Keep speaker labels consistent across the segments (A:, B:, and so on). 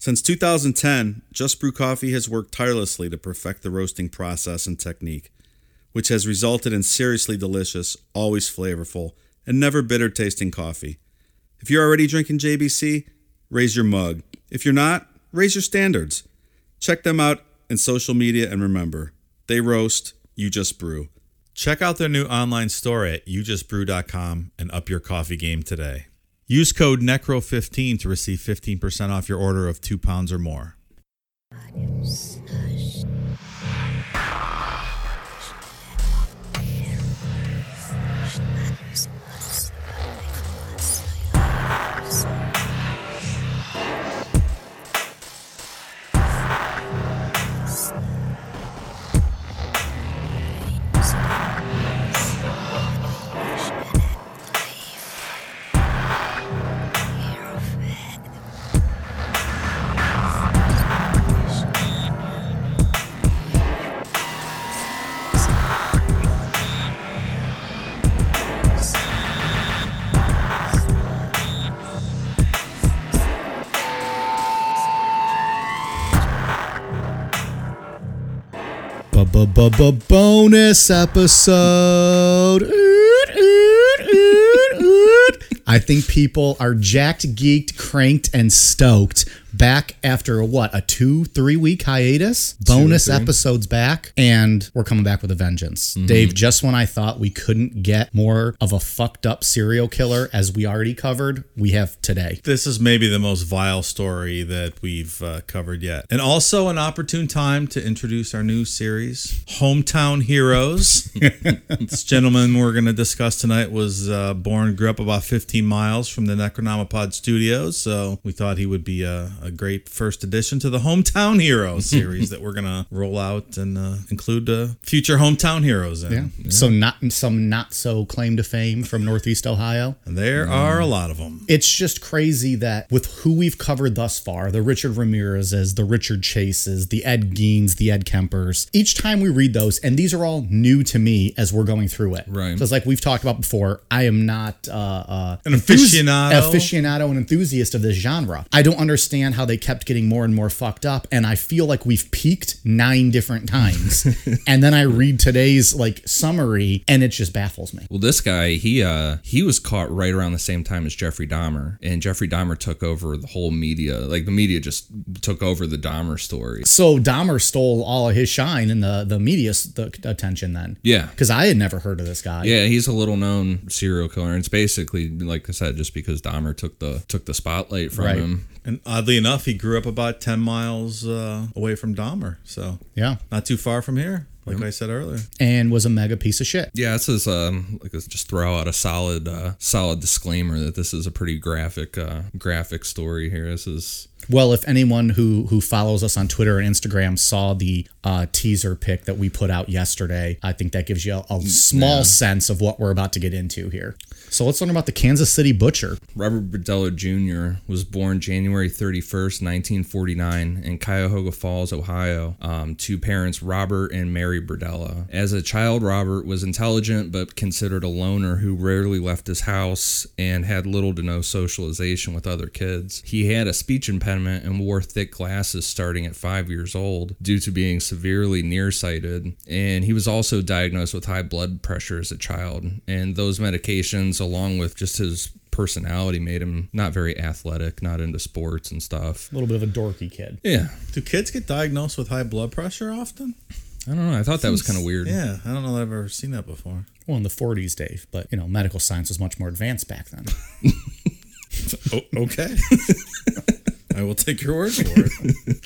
A: Since 2010, Just Brew Coffee has worked tirelessly to perfect the roasting process and technique, which has resulted in seriously delicious, always flavorful, and never bitter tasting coffee. If you're already drinking JBC, raise your mug. If you're not, raise your standards. Check them out in social media and remember, they roast, you just brew. Check out their new online store at youjustbrew.com and up your coffee game today. Use code NECRO15 to receive 15% off your order of two pounds or more.
B: Bonus episode. Oot, oot, oot, oot. I think people are jacked, geeked, cranked, and stoked. Back after a, what a two, three week hiatus. Bonus episodes back, and we're coming back with a vengeance. Dave, just when I thought we couldn't get more of a fucked up serial killer as we already covered, we have today.
A: This is maybe the most vile story that we've uh, covered yet. And also an opportune time to introduce our new series, Hometown Heroes. this gentleman we're going to discuss tonight was uh, born, grew up about 15 miles from the Necronomipod studios. So we thought he would be a, a great first addition to the Hometown Hero series that we're going to roll out and uh, include uh, future Hometown Heroes in.
B: So not some not so claim to fame from Northeast Ohio.
A: And there are a lot of them.
B: it's just crazy that with who we've covered thus far the Richard Ramirez's, the Richard Chases, the Ed Geens, the Ed Kempers each time we read those, and these are all new to me as we're going through it.
C: Right.
B: So it's like we've talked about before, I am not uh, uh,
A: An
B: enthusi-
A: aficionado.
B: aficionado and enthusiast of this genre. I don't understand how they kept getting more and more fucked up, and I feel like we've peaked nine different times. and then I read today's like summary, and it just baffles me.
C: Well, this guy, he uh he was caught right around the same time as Jeffrey Dahmer, and Jeffrey Dahmer took over the whole media. Like the media just took over the Dahmer story.
B: So Dahmer stole all of his shine and the the media s- the attention then.
C: Yeah.
B: because I had never heard of this guy.
C: Yeah, he's a little known serial killer. And it's basically like I said, just because Dahmer took the took the spotlight from
B: Right.
C: him.
A: And oddly enough, he grew up about 10 miles uh, away from Dahmer. So
B: Yeah.
A: not too far from here, like I said earlier.
B: and was a mega piece of shit.
C: Yeah, this is um like let's just throw out a solid uh solid disclaimer that this is a pretty graphic uh graphic story here. This is
B: Well, if anyone who who follows us on Twitter and Instagram saw the uh, teaser pic that we put out yesterday, I think that gives you a, a small sense of what we're about to get into here. So let's learn about the Kansas City butcher.
C: Robert Bordello Jr. was born January 31st, 1949, in Cuyahoga Falls, Ohio, um, to parents Robert and Mary Bordello. As a child, Robert was intelligent but considered a loner who rarely left his house and had little to no socialization with other kids. He had a speech impediment and wore thick glasses starting at five years old due to being severely nearsighted. And he was also diagnosed with high blood pressure as a child. And those medications, along with just his personality made him not very athletic, not into sports and stuff.
B: A little bit of a dorky kid.
C: Yeah.
A: Do kids get diagnosed with high blood pressure often?
C: I don't know. I thought that was kind of weird.
D: Yeah, I don't know that I've ever seen that before.
B: Well, in the 40s, Dave, but you know, medical science was much more advanced back then.
D: Oh, okay. I will take your word for it.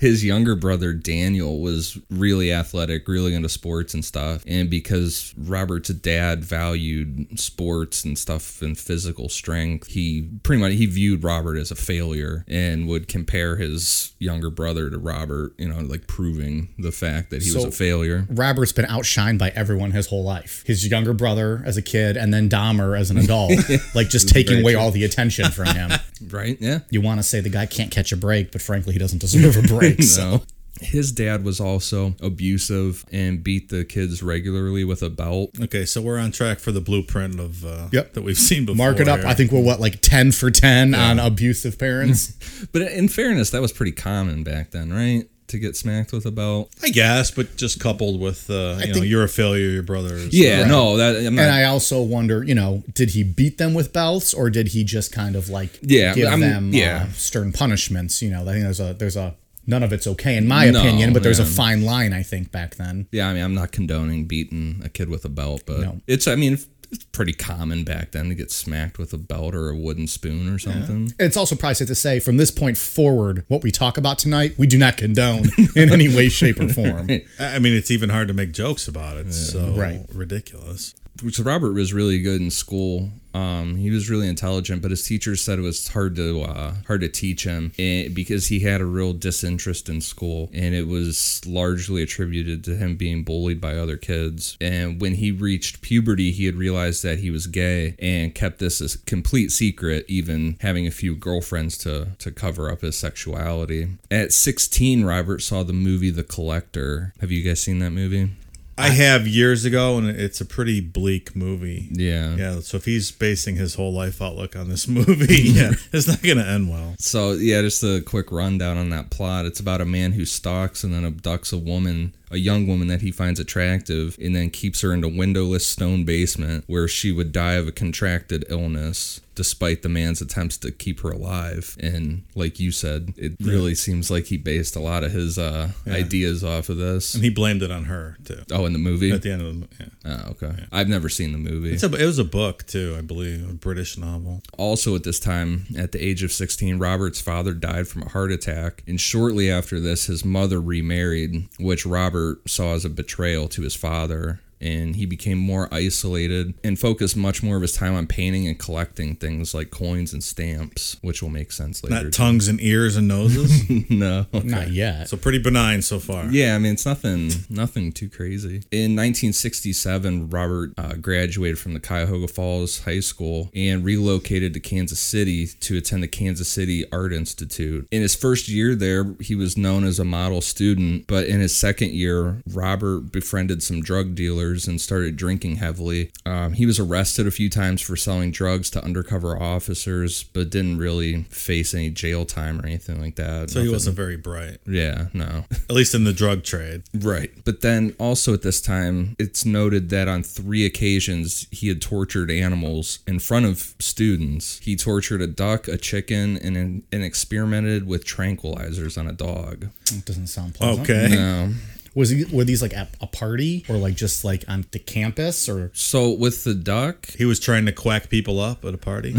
C: His younger brother Daniel was really athletic, really into sports and stuff. And because Robert's dad valued sports and stuff and physical strength, he pretty much he viewed Robert as a failure and would compare his younger brother to Robert, you know, like proving the fact that he was
B: So-
C: a failure.
B: Robert's been outshined by everyone his whole life. His younger brother as a kid, and then Dahmer as an adult, like just taking away all the attention from him.
C: Right? Yeah.
B: You want to say the guy can't catch a break, but frankly, he doesn't deserve a break. So
C: No. His dad was also abusive and beat the kids regularly with a belt.
D: Okay, so we're on track for the blueprint of uh,
B: Yep.
D: that we've seen before.
B: mark it up.
D: here.
B: I think we're what like ten for ten on abusive parents.
C: But in fairness, that was pretty common back then, right? To get smacked with a belt.
D: I guess, but just coupled with uh, you know,
B: think-
D: you're a failure, your brother. Is,
C: Yeah, no, that I'm not.
B: and I also wonder, you know, did he beat them with belts, or did he just kind of like
C: Yeah,
B: give
C: I'm-
B: them
C: yeah.
B: uh, stern punishments? You know, I think there's a there's a none of it's okay in my
C: No,
B: opinion, but there's a
C: man.
B: fine line I think back then.
C: yeah, I mean, I'm not condoning beating a kid with a belt, but
B: No.
C: it's. I mean, it's pretty common back then to get smacked with a belt or a wooden spoon or something.
B: It's also probably safe to say from this point forward, what we talk about tonight, we do not condone in any way, shape, or form.
D: I I mean, it's even hard to make jokes about it. So
B: Right.
D: ridiculous.
C: So Robert was really good in school. Um, he was really intelligent, but his teachers said it was hard to uh, hard to teach him eh, because he had a real disinterest in school, and it was largely attributed to him being bullied by other kids. And when he reached puberty, he had realized that he was gay and kept this as complete secret, even having a few girlfriends to to cover up his sexuality. At 16, Robert saw the movie The Collector. Have you guys seen that movie?
D: I have years ago, and it's a pretty bleak movie.
C: Yeah.
D: Yeah, so if he's basing his whole life outlook on this movie, yeah, it's not going to end well.
C: So yeah, just a quick rundown on that plot. It's about a man who stalks and then abducts a woman, a young woman that he finds attractive, and then keeps her in a windowless stone basement where she would die of a contracted illness, despite the man's attempts to keep her alive. And like you said, it really seems like he based a lot of his uh, ideas off of this.
D: And he blamed it on her too.
C: Oh, in the movie.
D: At the end of the movie, yeah.
C: Oh, okay. I've never seen the movie.
D: It's a, it was a book too, I believe, a British novel.
C: Also, at this time, at the age of 16, Robert's father died from a heart attack. And shortly after this, his mother remarried, which Robert saw as a betrayal to his father. And he became more isolated and focused much more of his time on painting and collecting things like coins and stamps, which will make sense later.
D: Not tongues and ears and noses.
C: no.
B: Not yet.
D: so pretty benign so far.
C: Yeah, I mean it's nothing, nothing too crazy. In 1967, Robert uh, graduated from the Cuyahoga Falls High School and relocated to Kansas City to attend the Kansas City Art Institute. In his first year there, he was known as a model student, but in his second year, Robert befriended some drug dealers and started drinking heavily. Um, he was arrested a few times for selling drugs to undercover officers, but didn't really face any jail time or anything like that.
D: So he wasn't very bright,
C: Yeah, no.
D: at least in the drug trade.
C: Right. But then also at this time, it's noted that on three occasions he had tortured animals in front of students. He tortured a duck, a chicken, and, and experimented with tranquilizers on a dog.
B: Doesn't
C: Oh.
B: sound pleasant.
D: Okay.
B: Was he, were these like at a party or like just like on the campus or
C: So with the duck,
D: He was trying to quack people up at a party.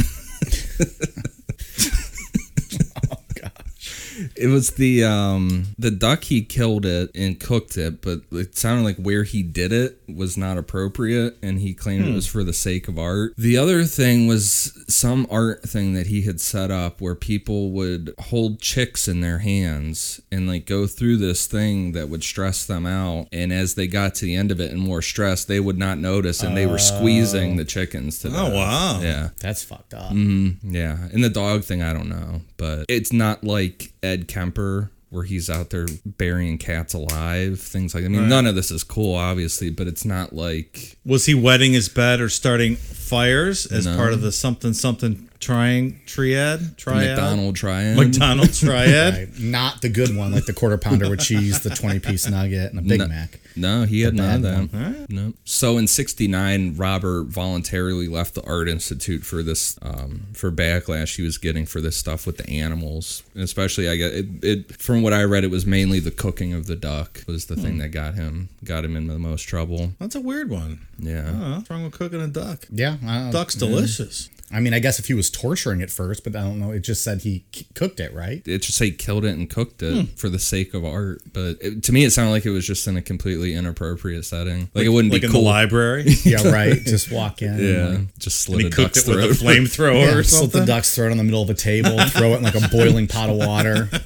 C: it was the um the duck he killed it and cooked it, but it sounded like where he did it was not appropriate and he claimed
D: Hmm.
C: it was for the sake of art. The other thing was some art thing that he had set up where people would hold chicks in their hands and like go through this thing that would stress them out and as they got to the end of it and more stressed, they would not notice and they were squeezing the chickens to
D: oh
C: death.
D: wow.
C: Yeah.
B: that's fucked up.
C: Mm. Yeah, and the dog thing, I don't know, but it's not like Ed Kemper where he's out there burying cats alive, things like. I mean, none of this is cool, obviously, but it's not like
D: Was he wetting his bed or starting fires as part of the something something trying triad triad
C: McDonald Triad.
D: McDonald's triad.
B: Right. Not the good one, like the quarter pounder with cheese, the 20 piece nugget, and a Big
C: No.
B: Mac.
C: No, he had none of
B: bad
C: that. No. So in '69, Robert voluntarily left the art institute for this um, for backlash he was getting for this stuff with the animals, and especially I guess it, it from what I read, it was mainly the cooking of the duck was the thing that got him got him into the most trouble.
D: That's a weird one.
C: Yeah.
D: Oh, what's wrong with cooking a duck?
B: Yeah. I don't-
D: Duck's delicious.
B: I mean, I guess if he was torturing it first, but I don't know. It just said he c- cooked it, right?
C: It just say killed it and cooked it
D: Hmm.
C: for the sake of art, but it, to me it sounded like it was just in a completely inappropriate setting. Like, it wouldn't
D: like
C: be
D: in
C: cool.
D: the library.
B: Yeah, right. Just walk in.
C: yeah,
B: And, like,
C: just
D: and
C: slit
D: he
C: a
D: cooked
C: duck's
D: it with a
C: throat.
D: flamethrower
B: yeah,
D: or
B: just let
D: something.
B: the duck's throw it in the middle of a table, throw it in like a boiling pot of water.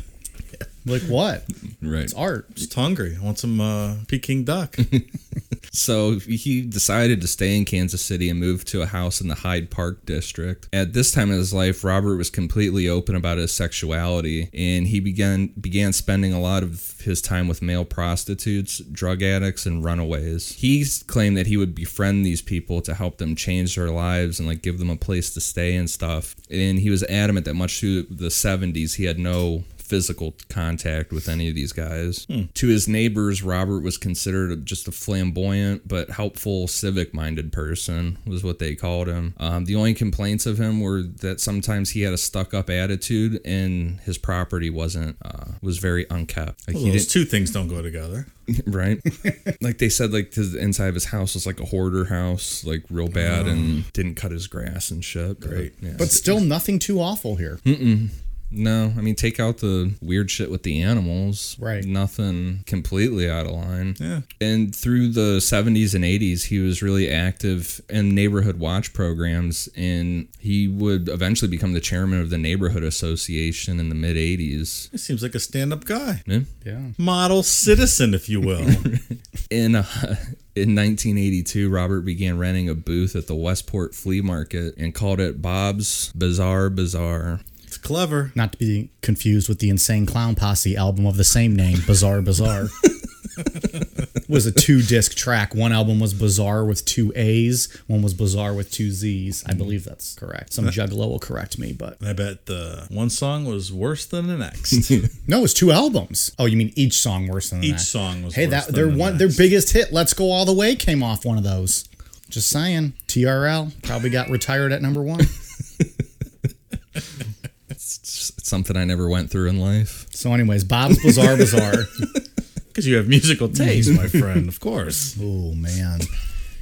B: Like what?
C: right.
B: It's art.
D: Just hungry. I want some uh, Peking duck.
C: So he decided to stay in Kansas City and moved to a house in the Hyde Park district. At this time in his life, Robert was completely open about his sexuality and he began began spending a lot of his time with male prostitutes, drug addicts, and runaways. He s- claimed that he would befriend these people to help them change their lives and like give them a place to stay and stuff. And he was adamant that much through the 70s he had no physical contact with any of these guys. To his neighbors, Robert was considered a- just a flamboyant but helpful, civic minded person, was what they called him. Um, the only complaints of him were that sometimes he had a stuck up attitude and his property wasn't, uh, was very unkept. Like
D: Well,
C: he
D: those
C: didn't,
D: two things don't go together.
C: right? like they said, like his, the inside of his house was like a hoarder house, like real bad, and didn't cut his grass and shit. Great. Yeah.
B: But still nothing too awful here.
C: No, I mean take out the weird shit with the animals.
B: Right.
C: Nothing completely out of line.
D: Yeah.
C: And through the 70s and 80s, he was really active in neighborhood watch programs, and he would eventually become the chairman of the neighborhood association in the mid 80s.
D: He seems like a stand-up guy,
C: Yeah.
B: Yeah.
D: model citizen, if you will.
C: In uh, in 1982, Robert began renting a booth at the Westport Flea Market and called it Bob's Bizarre Bazaar.
D: it's clever.
B: Not to be confused with the Insane Clown Posse album of the same name, Bizarre Bizarre. was a two disc track. One album was Bizarre with two A's, one was Bizarre with two Z's. I believe that's correct. Some juggalo will correct me, but
D: And I bet the one song was worse than the next. Each
B: no, it's two albums. Oh, you mean each song worse than the next.
D: song was.
B: Hey,
D: worse
B: that
D: than
B: their
D: the
B: one
D: next.
B: their biggest hit, Let's Go All the Way, came off one of those. Just saying. TRL probably got retired at number one.
C: It's something I never went through in life.
B: So, anyways, Bob's Bizarre Bizarre.
D: Because you have musical taste, my friend, of course.
B: Oh man.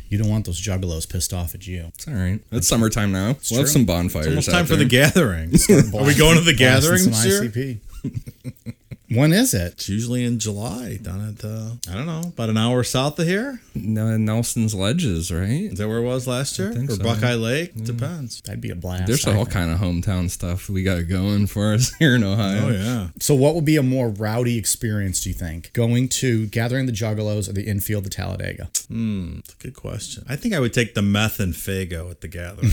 B: You don't want those juggalos pissed off at you.
C: It's all right. It's summertime now. we'll have
B: true.
C: some bonfires.
D: Almost
C: out
D: time for
C: there.
D: the gathering. Are we going to the gathering,
B: Blasting some
D: sir?
B: ICP. when is it?
D: It's usually in July, down at uh, I don't know, about an hour south of here.
C: No, Nelson's Ledges, right?
D: Is that where it was last year?
C: think
D: Or
C: so.
D: Buckeye Lake? Depends.
B: That'd be a blast.
C: There's
B: I
C: all
B: think.
C: kind of hometown stuff we got going for us here in Ohio.
D: Oh yeah.
B: So, what would be a more rowdy experience? Do you think going to gathering the juggalos or the infield, the Talladega?
D: It's a good question. I think I would take the meth and Fago at the gathering.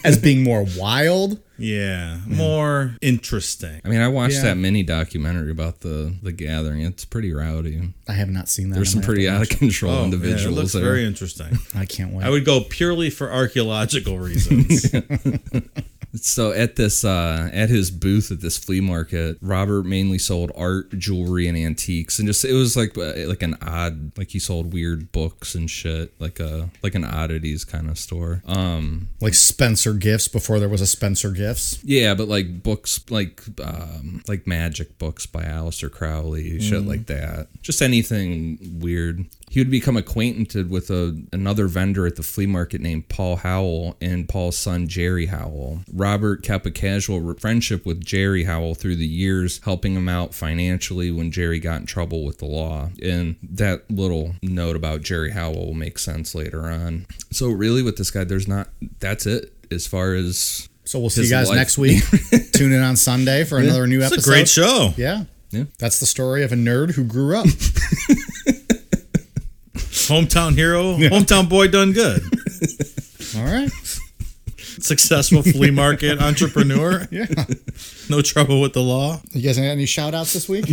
B: As being more wild,
D: yeah. More interesting.
C: I mean, I watched
B: Yeah.
C: that mini documentary about the the gathering. It's pretty rowdy.
B: I have not seen that.
C: There's some
B: I'm gonna
C: pretty out
B: have
C: of control
D: Oh,
C: individuals
D: yeah, it looks
C: there.
D: very interesting.
B: to- I can't wait.
D: I would go purely for archaeological reasons.
C: So at this uh, at his booth at this flea market, Robert mainly sold art, jewelry, and antiques, and just it was like uh, like an odd like he sold weird books and shit, like a like an oddities kind of store. Um,
B: like Spencer Gifts before there was a Spencer Gifts.
C: Yeah, but like books, like um, like magic books by Aleister Crowley, shit like that. Just anything weird. He would become acquainted with a, another vendor at the flea market named Paul Howell and Paul's son Jerry Howell. Robert kept a casual re- friendship with Jerry Howell through the years, helping him out financially when Jerry got in trouble with the law. And that little note about Jerry Howell will make sense later on. So really, with this guy, there's not. That's it as far as
B: So we'll see
C: His
B: you guys
C: life.
B: next week. Tune in on Sunday for another new
D: it's a
B: episode.
D: great show.
B: Yeah.
C: Yeah.
B: That's the story of a nerd who grew up.
D: Hometown hero, hometown boy done good.
B: All right.
A: successful flea market entrepreneur. Yeah. No trouble with the law.
B: You guys got any shout outs this week?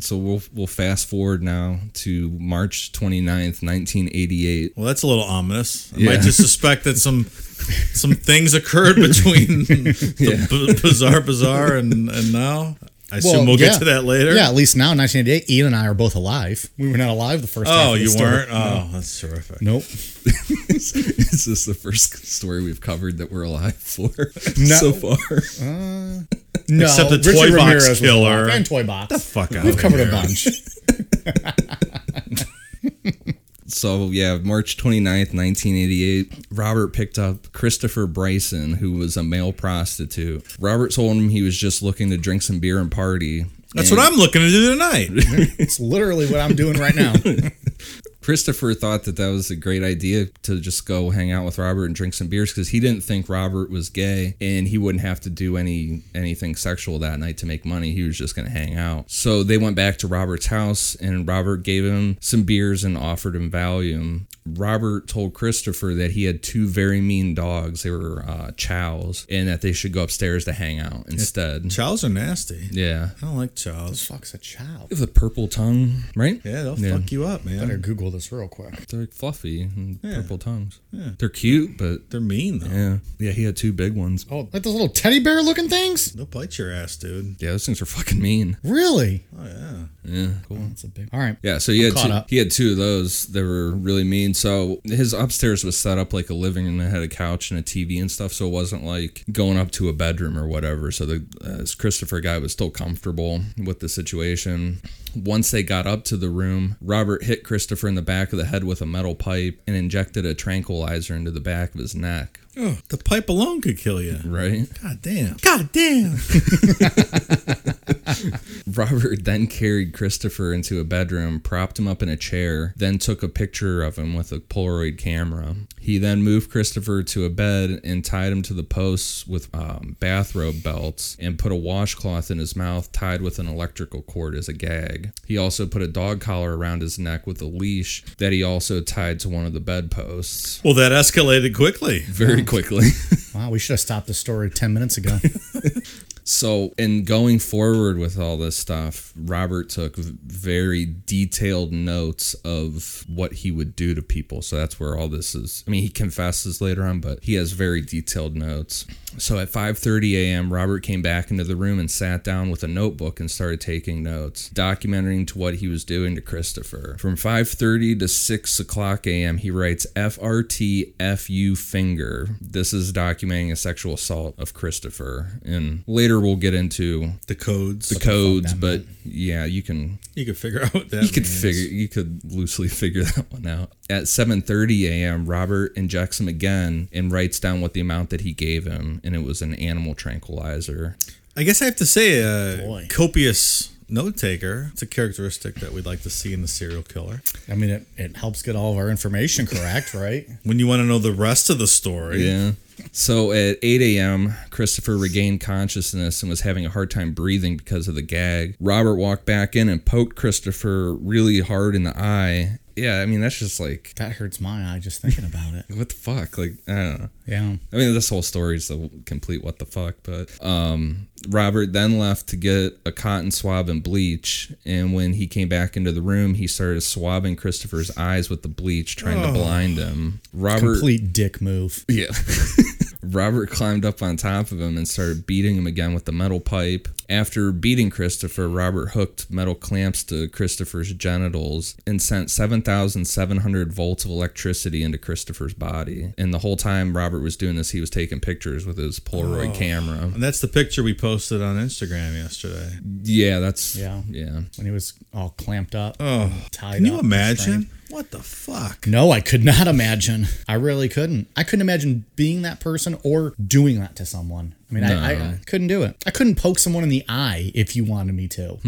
C: So we'll we'll fast forward now to March 29th, 1988.
A: Well, that's a little ominous. I
C: Yeah.
A: might just suspect that some some things occurred between the b- bizarre bazaar and and now. I assume we'll
B: yeah.
A: get to that later.
B: Yeah, at least now, 1988, Ian and I are both alive. We were not alive the first half
A: Oh,
B: of the
A: you
B: story.
A: weren't. Oh, that's terrific.
B: Nope.
C: this is the first story we've covered that we're alive for
B: No.
C: so far.
B: No,
A: Except the
B: Richard
A: Toy Box
B: Ramirez was
A: Killer.
B: alive. and Toy Box.
A: Fuck out.
B: We've covered a bunch.
C: So yeah, March 29th, 1988, Robert picked up Christopher Bryson, who was a male prostitute. Robert told him he was just looking to drink some beer and party.
A: That's
C: And
A: what I'm looking to do tonight.
B: It's literally what I'm doing right now.
C: Christopher thought that that was a great idea to just go hang out with Robert and drink some beers because he didn't think Robert was gay and he wouldn't have to do any anything sexual that night to make money. He was just going to hang out. So they went back to Robert's house and Robert gave him some beers and offered him Valium. Robert told Christopher that he had two very mean dogs. They were uh, chows and that they should go upstairs to hang out instead.
A: Chows are nasty.
C: Yeah.
A: I don't like chows.
B: Fuck's a child.
C: The purple tongue, right?
A: Yeah, they'll
C: Yeah.
A: fuck you up, man.
B: Better
A: They're,
B: Google this real quick.
C: They're fluffy and purple tongues. They're cute, but
A: mean though.
C: Yeah. Yeah, he had two big ones.
B: Oh, like those little teddy bear looking things?
A: They'll bite your ass, dude.
C: Yeah, those things are fucking mean.
B: Really?
C: Yeah, cool.
B: That's a big. All right.
C: Yeah, so he had
B: caught
C: two,
B: up.
C: he had two of those that were really mean. So his upstairs was set up like a living room that had a couch and a TV and stuff. So it wasn't like going up to a bedroom or whatever. So the uh, this Christopher guy was still comfortable with the situation. Once they got up to the room, Robert hit Christopher in the back of the head with a metal pipe and injected a tranquilizer into the back of his neck.
A: Ugh, the pipe alone could kill you.
C: Right.
A: God damn. God damn.
C: Robert then carried Christopher into a bedroom, propped him up in a chair, then took a picture of him with a Polaroid camera. He then moved Christopher to a bed and tied him to the posts with um, bathrobe belts and put a washcloth in his mouth tied with an electrical cord as a gag. He also put a dog collar around his neck with a leash that he also tied to one of the bedposts
A: Well, that escalated quickly.
C: very quickly.
B: Wow, we should have stopped the story 10 minutes ago.
C: So, in going forward with all this stuff, Robert took v- very detailed notes of what he would do to people. So, that's where all this is. I mean, he confesses later on, but he has very detailed notes. So, at 5:30 a.m., Robert came back into the room and sat down with a notebook and started taking notes, documenting to what he was doing to Christopher. From 5:30 to 6 o'clock a.m., he writes FRTFU finger. This is documenting a sexual assault of Christopher, and later we'll get into
A: The codes.
C: the codes. But yeah, you can
A: you could figure out what that
C: you could
A: means.
C: figure you could loosely figure that one out. At 7:30 a.m., Robert injects him again and writes down what the amount that he gave him, and it was an animal tranquilizer.
A: I guess I have to say, uh,
B: Boy.
A: copious note taker. It's a characteristic that we'd like to see in the serial killer.
B: I mean, it, it helps get all of our information correct, right?
A: When you want to know the rest of the story,
C: Yeah. So at 8 a.m., Christopher regained consciousness and was having a hard time breathing because of the gag. Robert walked back in and poked Christopher really hard in the eye. Yeah, I mean, that's just like,
B: That hurts my eye just thinking about it.
C: what the fuck? Like, I don't know.
B: Yeah.
C: I mean, this whole story is the complete what the fuck, but um, Robert then left to get a cotton swab and bleach. And when he came back into the room, he started swabbing Christopher's eyes with the bleach, trying to blind him. Robert
B: Complete dick move.
C: yeah. Robert climbed up on top of him and started beating him again with the metal pipe. After beating Christopher, Robert hooked metal clamps to Christopher's genitals and sent 7,700 volts of electricity into Christopher's body. And the whole time Robert was doing this, he was taking pictures with his Polaroid camera.
A: and that's the picture we posted on Instagram yesterday.
C: Yeah, that's.
B: Yeah.
C: Yeah.
B: When he was all clamped up, tied
A: Oh, Can you
B: up,
A: imagine? What the fuck?
B: No, I could not imagine. I really couldn't. I couldn't imagine being that person or doing that to someone. I mean, I, I, I couldn't do it. I couldn't poke someone in the eye if you wanted me to.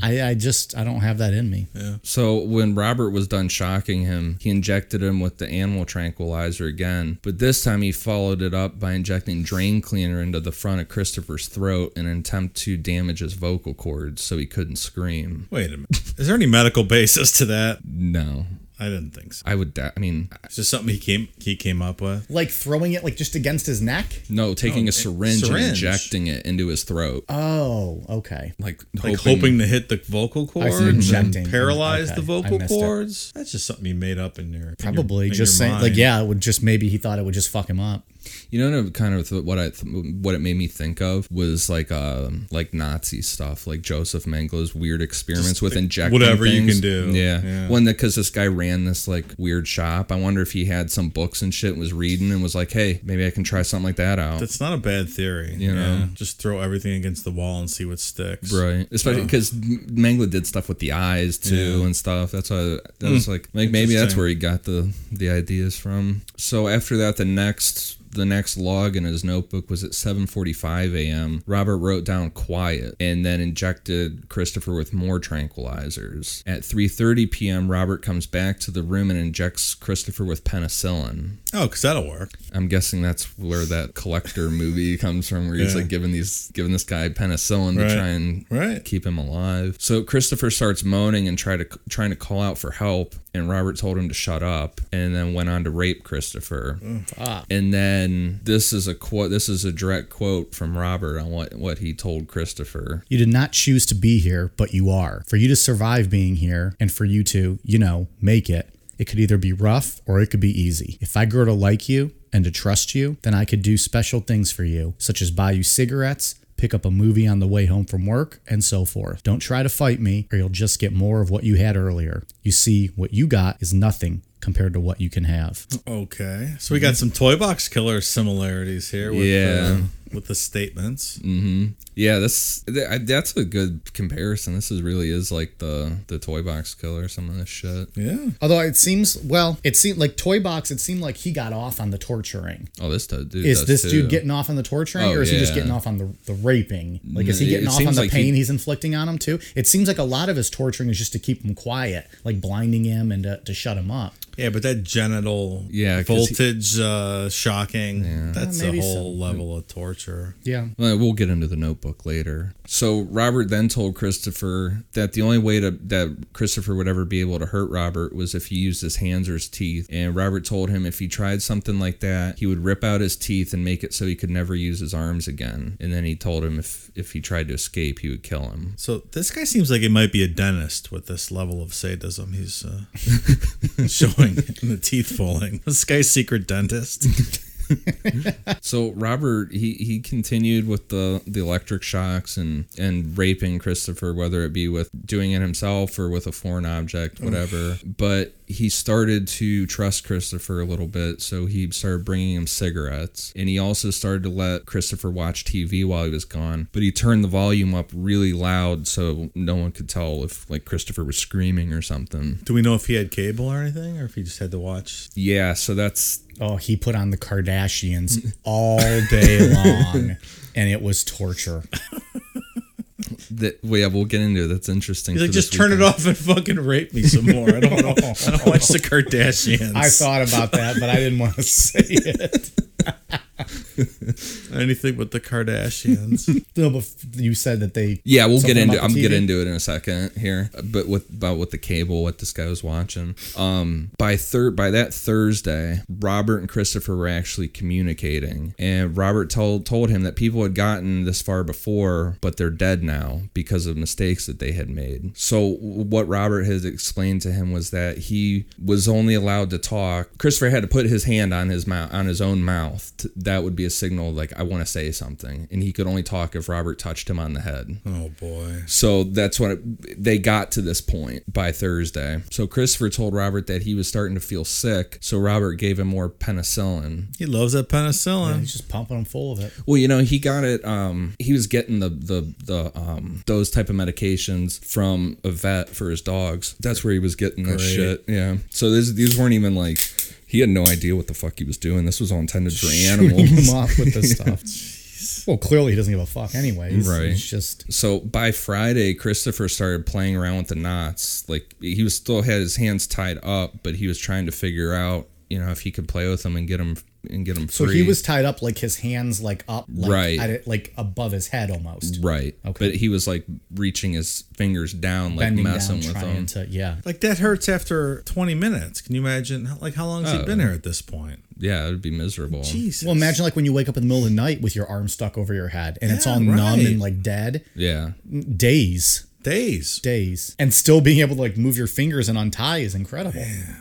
B: I, I just, I don't have that in me.
C: So when Robert was done shocking him, he injected him with the animal tranquilizer again, but this time he followed it up by injecting drain cleaner into the front of Christopher's throat in an attempt to damage his vocal cords so he couldn't scream.
A: Wait a minute. Is there any medical basis to that?
C: No.
A: I didn't think so.
C: I would. da- I mean,
A: It's just something he came he came up with.
B: Like throwing it like just against his neck?
C: no, taking a syringe, and
A: syringe.
C: injecting it into his throat,
B: Oh, okay.
C: like
A: Like hoping, to hit the vocal
B: I
A: cords
B: see, injecting.
A: and paralyze
B: Okay,
A: the
B: I
A: vocal
B: missed it.
A: cords. That's just something you made up in your in your-
B: Probably
A: in
B: just
A: your
B: saying like
A: mind.
B: yeah, it would just maybe he thought it would just fuck him up.
C: You know, no, kind of th- what I th- what it made me think of was like um like Nazi stuff, like Joseph Mengele's weird experiments with injecting
A: whatever you
C: things.
A: can do.
C: Yeah,
A: Yeah.
C: one that because this guy ran this like weird shop. I wonder if he had some books and shit, was reading and was like, hey, maybe I can try something like that out.
A: That's not a bad theory.
C: You know?
A: yeah. just throw everything against the wall and see what sticks.
C: Right, especially because Mengele did stuff with the eyes too and stuff. That's why
A: Hmm.
C: that was like, like maybe that's where he got the the ideas from. So after that, the next the next log in his notebook was at 7:45 a.m. Robert wrote down quiet and then injected Christopher with more tranquilizers. At 3:30 p.m., Robert comes back to the room and injects Christopher with penicillin.
A: Oh, because that'll work.
C: I'm guessing that's where that collector movie comes from, where he's
A: Yeah.
C: like giving these giving this guy penicillin
A: Right.
C: to try and
A: Right.
C: keep him alive. So Christopher starts moaning and try to trying to call out for help, and Robert told him to shut up, and then went on to rape Christopher.
B: Mm.
C: And then this is a quote. This is a direct quote from Robert on what what he told Christopher.
B: You did not choose to be here, but you are. For you to survive being here and for you to, you know, make it, it could either be rough or it could be easy. If I grow to like you and to trust you, then I could do special things for you, such as buy you cigarettes, pick up a movie on the way home from work, and so forth. Don't try to fight me or you'll just get more of what you had earlier. You see, what you got is nothing compared to what you can have.
A: Okay. So we got some toy box killer similarities here. With
C: Yeah. Mm.
A: The, with the statements.
C: Yeah, that's th- I- that's a good comparison. This is really is like the the toy box killer. Some of this shit.
A: Yeah.
B: Although it seems, well, it seemed like Toy Box, it seemed like he got off on the torturing.
C: Oh, this dude.
B: is
C: does
B: this
C: too.
B: dude getting off on the torturing
C: Oh,
B: or is he just
C: yeah.
B: getting off on the, the raping like is he
C: No, it
B: getting off on
C: seems
B: the
C: like he-
B: pain he's inflicting on him too it seems like a lot of his torturing is just to keep him quiet like blinding him and to, to shut him up
A: Yeah, but that genital
C: Yeah, 'cause he-
A: voltage uh, shocking. That's a
B: Uh, maybe
A: whole level of torture.
B: yeah
C: Well, we'll get into the notebook later. So Robert then told Christopher that the only way to that Christopher would ever be able to hurt Robert was if he used his hands or his teeth. And Robert told him if he tried something like that, he would rip out his teeth and make it so he could never use his arms again. And then he told him if if he tried to escape, he would kill him.
A: So this guy seems like he might be a dentist with this level of sadism he's uh, showing in the teeth falling. This guy's secret dentist.
C: So Robert he he continued with the the electric shocks and and raping Christopher whether it be with doing it himself or with a foreign object whatever but he started to trust Christopher a little bit so he started bringing him cigarettes and he also started to let Christopher watch TV while he was gone but he turned the volume up really loud so no one could tell if like Christopher was screaming or something
A: Do we know if he had cable or anything, or if he just had to watch?
C: yeah so that's
B: oh he put on the kardashians all day long and it was torture
C: that well, yeah we'll get into it. that's interesting
A: He's like,
C: for this
A: just turn it
C: weekend."
A: off and fucking rape me some more. I don't know. I don't watch the Kardashians.
B: i thought about that but i didn't want to say it
A: anything but the Kardashians.
B: no but you said that they
C: Yeah, we'll
B: Something
C: get into.
B: about
C: I'm
B: the
C: get
B: TV?
C: into it in a second here, but with about what the cable, what this guy was watching. Um, by third, by that Thursday, Robert and Christopher were actually communicating, and Robert told told him that people had gotten this far before, but they're dead now because of mistakes that they had made. So what Robert has explained to him was that he was only allowed to talk. Christopher had to put his hand on his mouth on his own mouth. T- that would be a signal like I want to say something, and he could only talk if Robert touched him on the head.
A: oh boy.
C: So that's when it, they got to this point by Thursday. So Christopher told Robert that he was starting to feel sick. So Robert gave him more penicillin.
A: He loves that penicillin.
B: he's just pumping him full of it
C: Well, you know, he got it. Um, he was getting the the the um those type of medications from a vet for his dogs. That's where he was getting this shit. Yeah. So this, these weren't even like he had no idea what the fuck he was doing. This was all intended for animals.
B: him off with this stuff well clearly he doesn't give a fuck anyways
C: Right.
B: it's just
C: So by Friday, Christopher started playing around with the knots. Like he was still had his hands tied up, but he was trying to figure out you know, if he could play with them and get them and get them
B: So
C: free.
B: he was tied up, like his hands, like up, like,
C: Right.
B: at it, like above his head almost,
C: right,
B: Okay.
C: but he was like reaching his fingers down, like
B: bending
C: messing
B: down,
C: with
B: trying
C: them.
B: to yeah.
A: Like that hurts after 20 minutes. Can you imagine? How- Like how long has he
C: Uh,
A: been here at this point?
C: yeah, it'd be miserable.
A: Jesus.
B: Well, imagine like when you wake up in the middle of the night with your arm stuck over your head and it's
A: Yeah,
B: all numb
A: right.
B: and like dead.
C: Yeah,
B: Days,
A: days.
B: days, and still being able to like move your fingers and untie is incredible.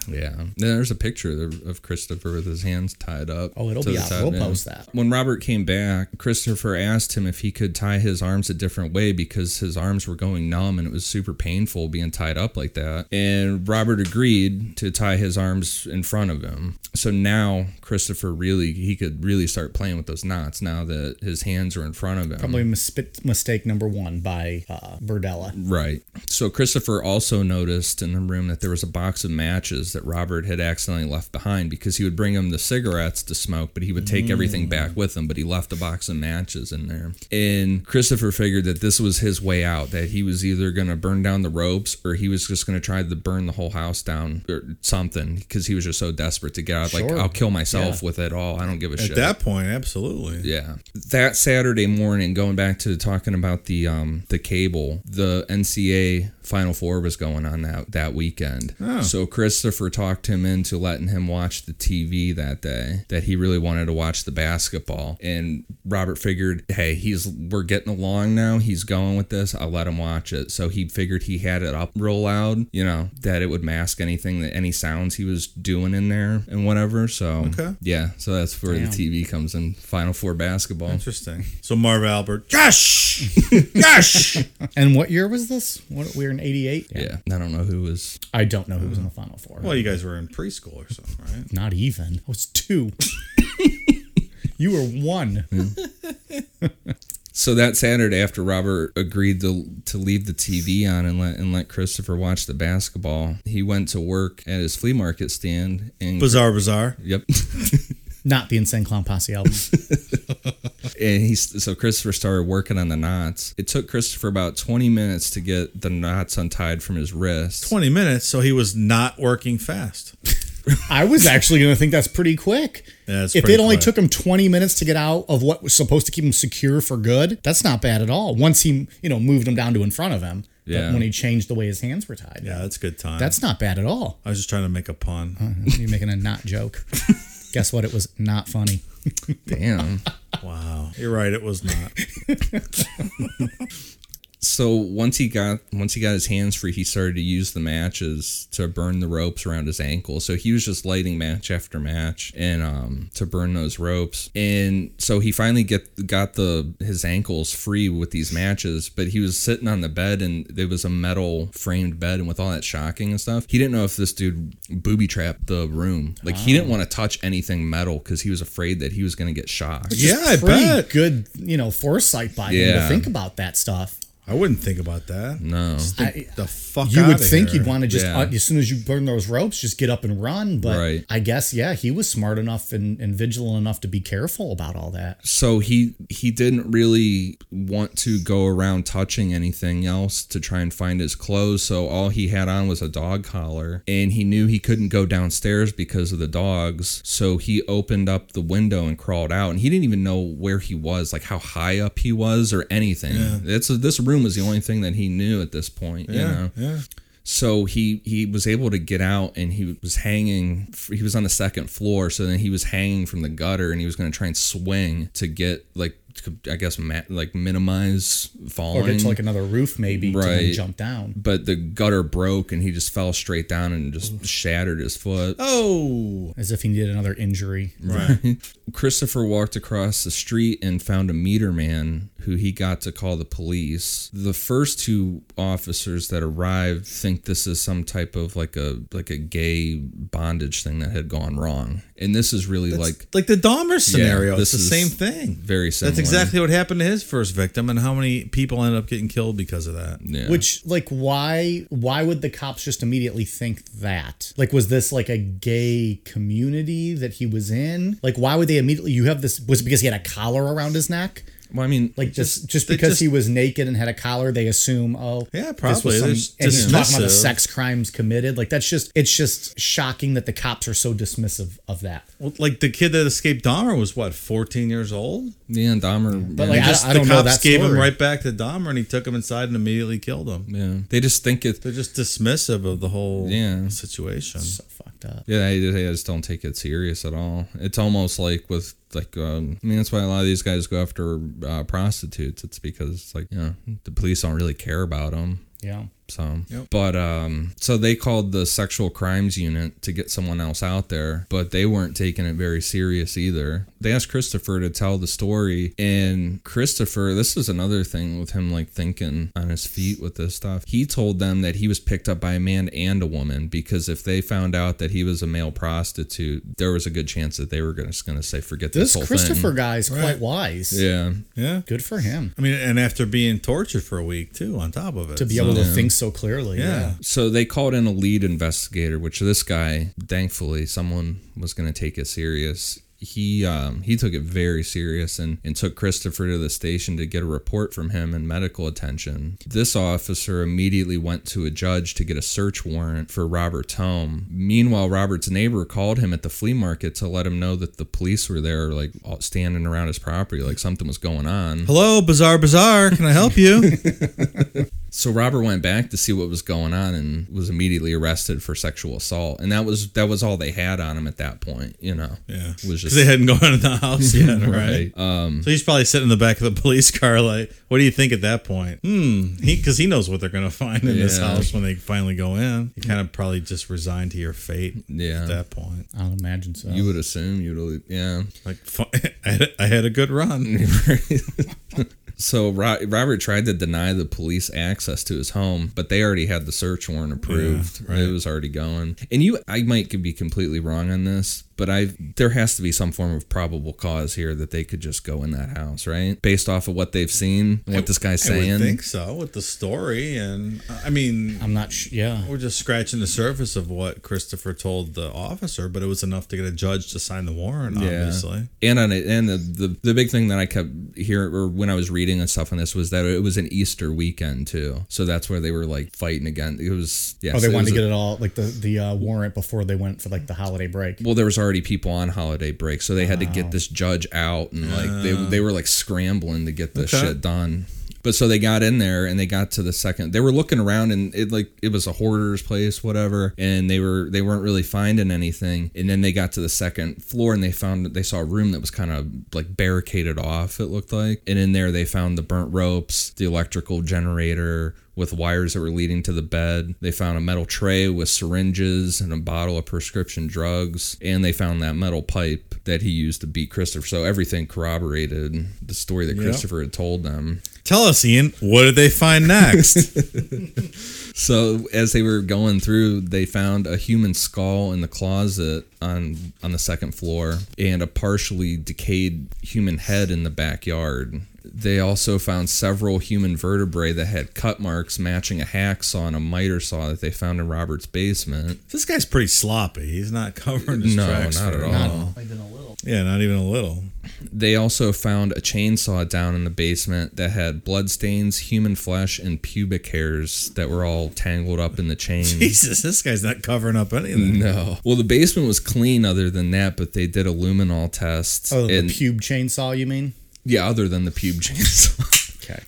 C: yeah. Then there's a picture of- of Christopher with his hands tied up.
B: Oh, it'll
C: to
B: be
C: the
B: out.
C: top
B: We'll
C: man.
B: post that.
C: When Robert came back, Christopher asked him if he could tie his arms a different way because his arms were going numb and it was super painful being tied up like that. And Robert agreed to tie his arms in front of him. So now Christopher really he could really start playing with those knots now that his hands are in front of him.
B: Probably mis- mistake number one by uh, Berdella.
C: Right. So Christopher also noticed in the room that there was a box of matches that Robert had accidentally left behind because he would bring him the cigarettes to smoke, but he would take
A: Mm.
C: everything back with him. But he left a box of matches in there. And Christopher figured that this was his way out, that he was either going to burn down the ropes or he was just going to try to burn the whole house down or something because he was just so desperate to get out. Like,
B: Sure.
C: I'll kill myself with it all. I don't give a
A: At
C: shit.
A: that point, absolutely.
C: Yeah. That Saturday morning, going back to talking about the um the cable, the NCA Final Four was going on that that weekend. So Christopher talked him into letting him watch the TV that day. That he really wanted to watch the basketball, and Robert figured, hey, he's we're getting along now. He's going with this. I'll let him watch it. So he figured he had it up real loud, you know, that it would mask anything that any sounds he was doing in there and whatever. So yeah, so that's where the TV comes in. Final Four basketball.
A: Interesting. So Marv Albert, gosh, gosh.
B: And what year was this? What, we were in '88.
C: Yeah, I don't know who was.
B: I don't know who was in the final four.
A: Well, you guys were in preschool or something, right?
B: Not even. I was two. you were one.
C: So that Saturday, after Robert agreed to to leave the TV on and let and let Christopher watch the basketball, he went to work at his flea market stand. And
A: Bizarre, bizarre.
C: yep,
B: Not the Insane Clown Posse album.
C: and he so Christopher started working on the knots. It took Christopher about twenty minutes to get the knots untied from his wrist.
A: Twenty minutes, so he was not working fast.
B: I was actually going to think that's pretty quick.
A: Yeah, it's
B: if
A: pretty
B: it only
A: quick.
B: took him 20 minutes to get out of what was supposed to keep him secure for good, that's not bad at all. Once he, you know, moved him down to in front of him, but
C: Yeah.
B: when he changed the way his hands were tied,
A: Yeah, that's good time.
B: that's not bad at all.
A: I was just trying to make a pun.
B: You're making a not joke. Guess what? It was not funny.
C: Damn.
A: Wow, you're right. It was not.
C: so once he got once he got his hands free, he started to use the matches to burn the ropes around his ankle. So he was just lighting match after match and um to burn those ropes. And so he finally get got the his ankles free with these matches, but he was sitting on the bed and there was a metal framed bed and with all that shocking and stuff, he didn't know if this dude booby trapped the room. Like he didn't want to touch anything metal because he was afraid that he was gonna get shocked.
A: yeah, I
B: Pretty
A: bet.
B: good, you know, foresight by him to
C: Yeah.
B: think about that stuff.
A: I wouldn't think about that.
C: No.
B: I-
A: The fuck.
B: you would
A: outta
B: think
A: here.
B: you'd want to just
C: Yeah.
B: uh, as soon as you burn those ropes just get up and run but
C: Right.
B: i guess yeah he was smart enough and, and vigilant enough to be careful about all that
C: so he he didn't really want to go around touching anything else to try and find his clothes so all he had on was a dog collar and he knew he couldn't go downstairs because of the dogs so he opened up the window and crawled out and he didn't even know where he was like how high up he was or anything it's this room was the only thing that he knew at this point you know
A: Yeah.
C: so he he was able to get out and he was hanging he was on the second floor so then he was hanging from the gutter and he was going to try and swing to get like to, i guess ma- like minimize falling
B: or get to like another roof maybe to then
C: Right.
B: jump down
C: but the gutter broke and he just fell straight down and just shattered his foot
A: Oh,
B: as if he needed another injury
C: Christopher walked across the street and found a meter man who he got to call the police. The first two officers that arrived think this is some type of like a like a gay bondage thing that had gone wrong. And this is really like
A: like the Dahmer scenario.
C: this
A: it's the same
C: is
A: thing.
C: very similar.
A: That's exactly what happened to his first victim, and how many people ended up getting killed because of that.
C: Yeah.
B: which like why why would the cops just immediately think that like was this like a gay community that he was in like why would they immediately you have this was it because he had a collar around his neck
C: Well, I mean,
B: Like just just
A: they
B: because
A: just-
B: he was naked and had a collar, they assume oh
A: Yeah,
B: this was
A: probably.
B: some-
A: They're
B: and he's talking about the
A: dismissive.
B: sex crimes committed. Like that's just it's just shocking that the cops are so dismissive of that.
A: Well, like the kid that escaped Dahmer was what, 14 years old?
C: yeah, Dahmer.
B: But
C: yeah,
B: like I,
A: Just
B: I
A: the
B: don't know
A: cops
B: that
A: gave him
B: story.
A: right back to Dahmer, and he took him inside and immediately killed him.
C: yeah. they just think it.
A: They're just dismissive of the whole
C: Yeah.
A: situation.
B: So fucked up.
C: Yeah, I just, I just don't take it serious at all. It's almost like with like um, I mean that's why a lot of these guys go after uh, prostitutes. It's because it's like you know the police don't really care about them.
B: Yeah.
C: So, but um, so they called the sexual crimes unit to get someone else out there, but they weren't taking it very serious either. They asked Christopher to tell the story, and Christopher, this is another thing with him like thinking on his feet with this stuff. He told them that he was picked up by a man and a woman because if they found out that he was a male prostitute, there was a good chance that they were gonna, just going to say, forget
B: This
C: this, whole
B: Christopher
C: thing.
B: guy is quite wise.
C: Yeah.
A: Yeah.
B: Good for him
A: I mean, and after being tortured for a week, too, on top of it.
B: to be
A: So-
B: able to think so clearly.
A: Yeah.
C: So they called in a lead investigator, which this guy, thankfully, someone was going to take it serious. He um, he took it very serious and, and took Christopher to the station to get a report from him and medical attention. This officer immediately went to a judge to get a search warrant for Robert Tome. Meanwhile, Robert's neighbor called him at the flea market to let him know that the police were there, like all- standing around his property, like something was going on.
A: Hello, Bizarre Bizarre. Can I help you?
C: So Robert went back to see what was going on and was immediately arrested for sexual assault, and that was that was all they had on him at that point. You know,
A: yeah.
C: was just
A: Because they hadn't gone in the house yet, right?
C: right. Um,
A: So he's probably sitting in the back of the police car, like, what do you think at that point? Hmm. Because he, knows what they're going to find in this
C: Yeah.
A: house when they finally go in. You kind of probably just resigned to your fate
C: Yeah.
A: at that point.
B: I would imagine so.
C: you would assume you would, yeah.
A: Like, fu- I had, I had a good run.
C: So Ro- Robert tried to deny the police access to his home, but they already had the search warrant approved. It was already going. And you, I might could be completely wrong on this, but I there has to be some form of probable cause here that they could just go in that house, right? Based off of what they've seen and what this guy's
A: I
C: saying.
A: would think so with the story. And I mean,
B: I'm not. Sh- yeah.
A: we're just scratching the surface of what Christopher told the officer, but it was enough to get a judge to sign the warrant, obviously.
C: And on it, and the, the the big thing that I kept hearing or when I was reading and stuff on this was that it was an Easter weekend too, so that's where they were like fighting again. It was yeah.
B: Oh, they
C: so
B: wanted to
C: was
B: get
C: a-
B: it all like the the uh, warrant before they went for like the holiday break.
C: Well, there was already people on holiday break, so they had to get this judge out, and like they they were like scrambling to get this
A: Okay.
C: shit done. But so they got in there and they got to the second. They were looking around and it like it was a hoarder's place, whatever. And they were they weren't really finding anything. And then they got to the second floor and they found they saw a room that was kind of like barricaded off. It looked like, and in there they found the burnt ropes, the electrical generator, with wires that were leading to the bed. They found a metal tray with syringes and a bottle of prescription drugs, and they found that metal pipe that he used to beat Christopher. So everything corroborated the story that Christopher had told them.
A: Tell us, Ian, what did they find next?
C: So as they were going through, they found a human skull in the closet on on the second floor and a partially decayed human head in the backyard. They also found several human vertebrae that had cut marks matching a hacksaw and a miter saw that they found in Robert's basement.
A: this guy's pretty sloppy. He's not covering his
C: No,
A: tracks.
C: not
A: very
C: at all. Mm.
A: well.
B: Not even a little.
A: Yeah, not even a little.
C: They also found a chainsaw down in the basement that had bloodstains, human flesh, and pubic hairs that were all tangled up in the chain.
A: Jesus, this guy's not covering up anything.
C: No. Well, the basement was clean other than that, but they did a luminol test.
B: Oh, the
C: and-
B: pube chainsaw. You mean?
C: yeah, other than the pube chainsaw.
B: Okay.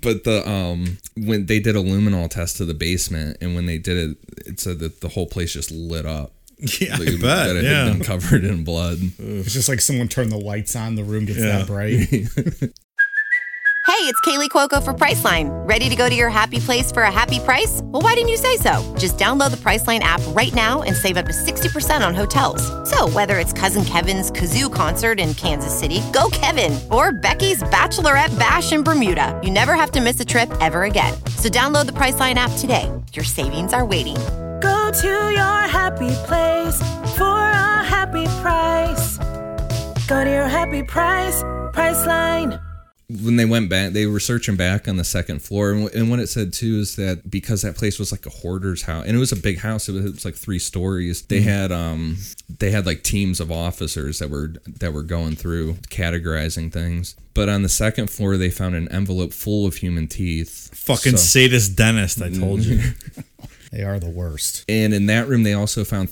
C: but the um when they did a luminol test to the basement and when they did it it said that the whole place just lit up.
A: Yeah,
C: Like,
A: I
C: that
A: bet.
C: it
A: Yeah.
C: had been covered in blood.
B: It's just like someone turned the lights on. The room gets
A: Yeah.
B: that bright.
E: Hey, it's Kaylee Cuoco for Priceline. Ready to go to your happy place for a happy price? Well, why didn't you say so? Just download the Priceline app right now and save up to 60% on hotels. So, whether it's Cousin Kevin's Kazoo concert in Kansas City, go Kevin, or Becky's Bachelorette Bash in Bermuda, you never have to miss a trip ever again. So, download the Priceline app today. Your savings are waiting.
F: Go to your happy place for a happy price. Go to your happy price, Priceline.
C: when they went back, they were searching back on the second floor, and, wh- and what it said too is that because that place was like a hoarder's house, and it was a big house, it was, it was like three stories. They had um, they had like teams of officers that were that were going through categorizing things. But on the second floor, they found an envelope full of human teeth.
A: Fucking
C: So- Mm.
A: sadist dentist, I told you.
B: They are the worst.
C: And in that room, they also found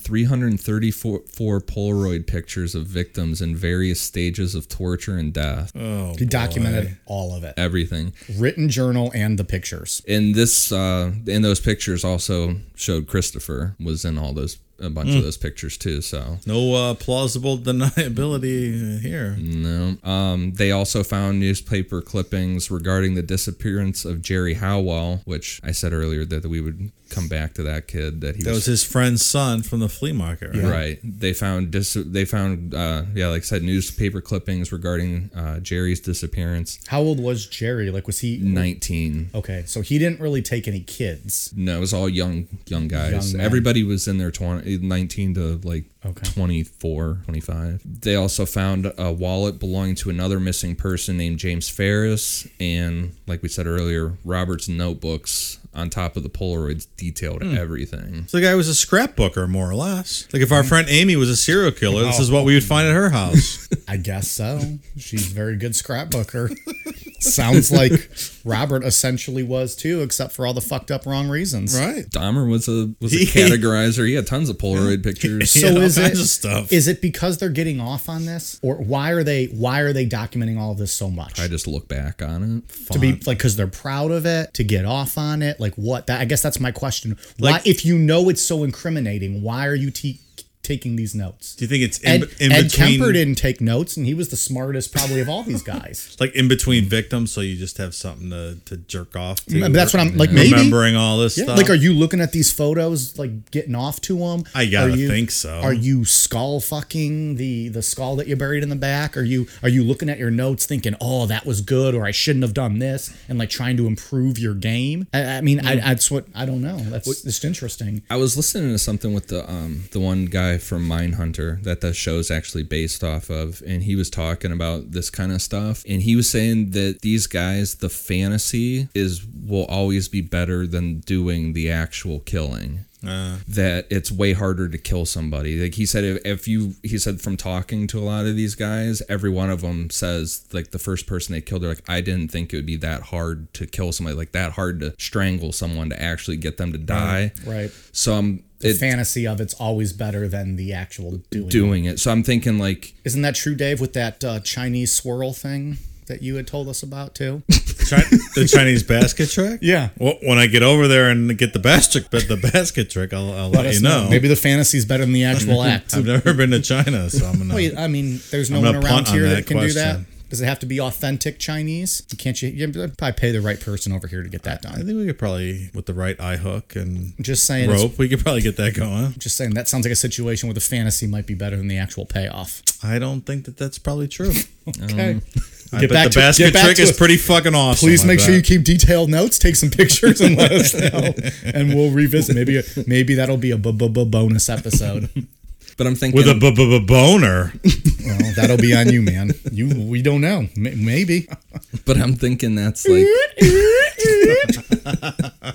C: 334 four Polaroid pictures of victims in various stages of torture and death.
B: he documented all of it.
C: Everything.
B: Written journal and the pictures.
C: And this, uh, and those pictures also showed Christopher was in all those, a bunch of those pictures too. So
A: No uh, plausible deniability here.
C: no. Um, they also found newspaper clippings regarding the disappearance of Jerry Howell, which I said earlier that, that we would come back to that kid that he
A: That was his friend's son from the flea market, right?
C: Right. They found dis- they found uh, yeah, like I said, newspaper clippings regarding uh, Jerry's disappearance.
B: How old was Jerry? Like, was he?
C: Nineteen.
B: Okay, so he didn't really take any kids.
C: No, it was all young young guys.
B: Young men.
C: Everybody was in their 20, 19 to like
B: Okay.
C: twenty four, twenty five. 24, 25. They also found a wallet belonging to another missing person named James Ferris and like we said earlier, Robert's notebooks on top of the Polaroids detailed everything.
A: So the guy was a scrapbooker, more or less. Like if
C: Mm.
A: our friend Amy was a serial killer,
C: Oh.
A: this is what we would find at her house.
B: I guess so. She's a very good scrapbooker. Sounds like Robert essentially was too, except for all the fucked up wrong reasons.
A: right.
C: Dahmer was a was a categorizer. He had tons of Polaroid pictures.
B: So
A: Yeah, all
B: is it
A: kinds of stuff.
B: is it because they're getting off on this, or why are they why are they documenting all of this so much?
C: I just look back on it.
B: to be like because they're proud of it to get off on it like what that i guess that's my question why if you know it's so incriminating why are you te- taking these notes
A: Do you think it's in,
B: ed,
A: in
B: Ed
A: between,
B: kemper didn't take notes and he was the smartest probably of all these guys
A: like in between victims, so you just have something to, to jerk off to?
B: But that's what i'm like maybe
A: remembering all this
B: Yeah,
A: stuff.
B: like are you looking at these photos like getting off to them
A: I gotta think so.
B: are you skull fucking the the skull that you buried in the back are you are you looking at your notes thinking oh that was good or i shouldn't have done this and like trying to improve your game i, I mean I,
A: Mm.
B: that's what i don't know that's just interesting
C: I was listening to something with the um the one guy from Mindhunter that the show's actually based off of, and he was talking about this kind of stuff, and he was saying that these guys, the fantasy is will always be better than doing the actual killing. that it's way harder to kill somebody. Like he said, if, if you, he said from talking to a lot of these guys, every one of them says, like, the first person they killed, they're like, I didn't think it would be that hard to kill somebody, like, that hard to strangle someone to actually get them to die.
B: right
C: So I'm
B: the
C: it,
B: fantasy of it's always better than the actual doing
C: doing it. So I'm thinking, like,
B: isn't that true dave with that uh, chinese swirl thing that you had told us about too
A: Chi- the Chinese basket trick?
B: Yeah.
A: Well, when I get over there and get the basket the basket trick, I'll, I'll let,
B: Let us
A: you know.
B: maybe the fantasy's better than the actual act
A: I've never been to China, so I'm gonna.
B: Wait, I mean, there's no
A: I'm
B: one
A: gonna
B: around
A: punt on
B: here that,
A: that
B: can do that.
A: question.
B: Does it have to be authentic Chinese? Can't you? You probably pay the right person over here to get that
A: I
B: done.
A: think we could probably with the right eye hook and
B: Just saying. it's-
A: rope, we could probably get that going.
B: Just saying. That sounds like a situation where the fantasy might be better than the actual payoff.
A: I don't think that that's probably true.
B: Okay.
A: I
B: Get
A: bet the
B: back to- get
A: basket
B: back
A: trick
B: to
A: is
B: us.
A: pretty fucking awesome.
B: Please
A: I
B: make sure
A: bet.
B: you keep detailed notes, take some pictures, and let us know, and we'll revisit. Maybe maybe that'll be a bu- bu- bu- bonus episode.
C: but I'm thinking,
A: with a b- b- b- boner.
B: Well, that'll be on you, man. You we don't know. May- Maybe.
C: but I'm thinking that's like,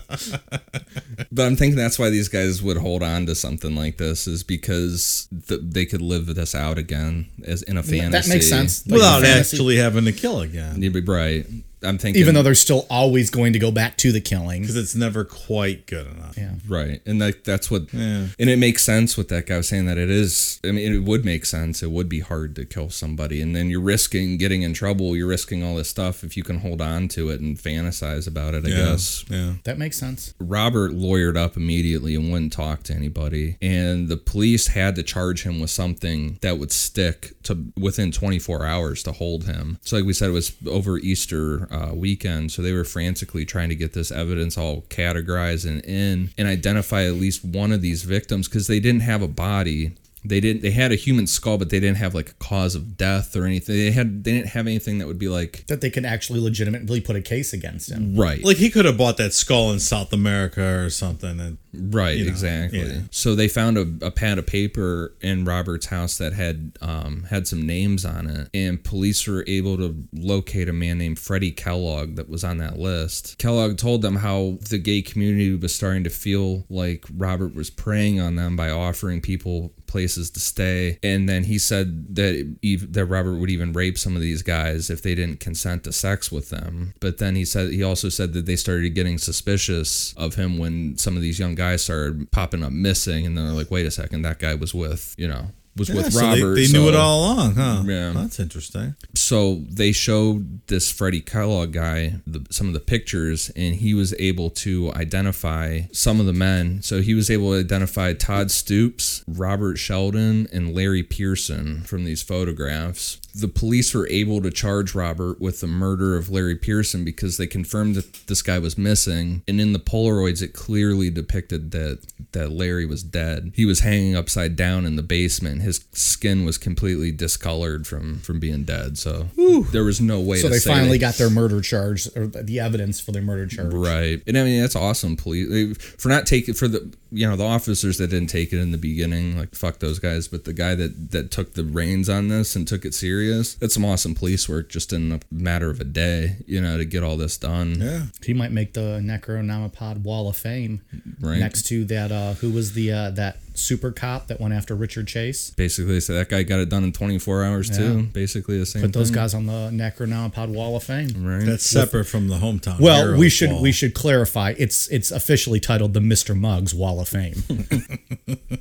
C: but I'm thinking that's why these guys would hold on to something like this is because th- they could live this out again as in a fantasy.
B: That makes sense. Like,
A: Without
B: fantasy-
A: actually having to kill again.
C: You'd be right. I'm thinking,
B: Even though they're still always going to go back to the killing.
A: Because it's never quite good enough. Yeah.
C: right, and that that's what, and it makes sense with that guy was saying that it is. I mean, it would make sense. It would be hard to kill somebody, and then you're risking getting in trouble. You're risking all this stuff if you can hold on to it and fantasize about it. I guess
A: Yeah.
B: That makes sense.
C: Robert lawyered up immediately and wouldn't talk to anybody, and the police had to charge him with something that would stick to within 24 hours to hold him. So, like we said, it was over Easter uh, weekend, so they were frantically trying to get this evidence all categorized and in and identify at least one of these victims because they didn't have a body. They didn't. They had a human skull, but they didn't have like a cause of death or anything. They had. They didn't have anything that would be like
B: that they can actually legitimately put a case against him.
C: right.
A: Like he could have bought that skull in South America or something and
C: Right,
A: you know,
C: exactly.
A: yeah.
C: So they found a, a pad of paper in Robert's house that had um, had some names on it, and police were able to locate a man named Freddie Kellogg that was on that list. Kellogg told them how the gay community was starting to feel like Robert was preying on them by offering people places to stay, and then he said that ev- that Robert would even rape some of these guys if they didn't consent to sex with them. But then he said he also said that they started getting suspicious of him when some of these young guys started popping up missing, and then they're like, "Wait a second, that guy was with you know." Was
A: Yeah,
C: with
A: so
C: Robert.
A: they, they knew it
C: so-
A: all along, huh?
C: Yeah.
A: That's interesting.
C: so they showed this Freddie Kellogg guy the, some of the pictures, and he was able to identify some of the men. So he was able to identify Todd Stoops, Robert Sheldon, and Larry Pearson from these photographs. The police were able to charge Robert with the murder of Larry Pearson because they confirmed that this guy was missing, and in the Polaroids, it clearly depicted that that Larry was dead. He was hanging upside down in the basement. His skin was completely discolored from from being dead. So there was no way.
B: So
C: to
B: they
C: say
B: finally
C: that-
B: got their murder charge, or the the evidence for their murder charge.
C: right. And I mean that's awesome. Police they- for not taking for the you know the officers that didn't take it in the beginning, like fuck those guys. But the guy that that took the reins on this and took it serious, that's some awesome police work just in a matter of a day. You know to get all this done.
A: Yeah.
B: He might make the Necronomipod Wall of Fame
C: Right.
B: next to that. Uh, who was the uh, that super cop that went after Richard Chase?
C: Basically, so that guy got it done in 24 hours too. Basically, the same.
B: Put those
C: thing.
B: guys on the Necronomipod Wall of Fame.
C: Mm-hmm. Right.
A: That's separate from the hometown.
B: Well,
A: heroes
B: we should
A: wall.
B: we should clarify. It's it's officially titled the Mr. Muggs Wall of Fame.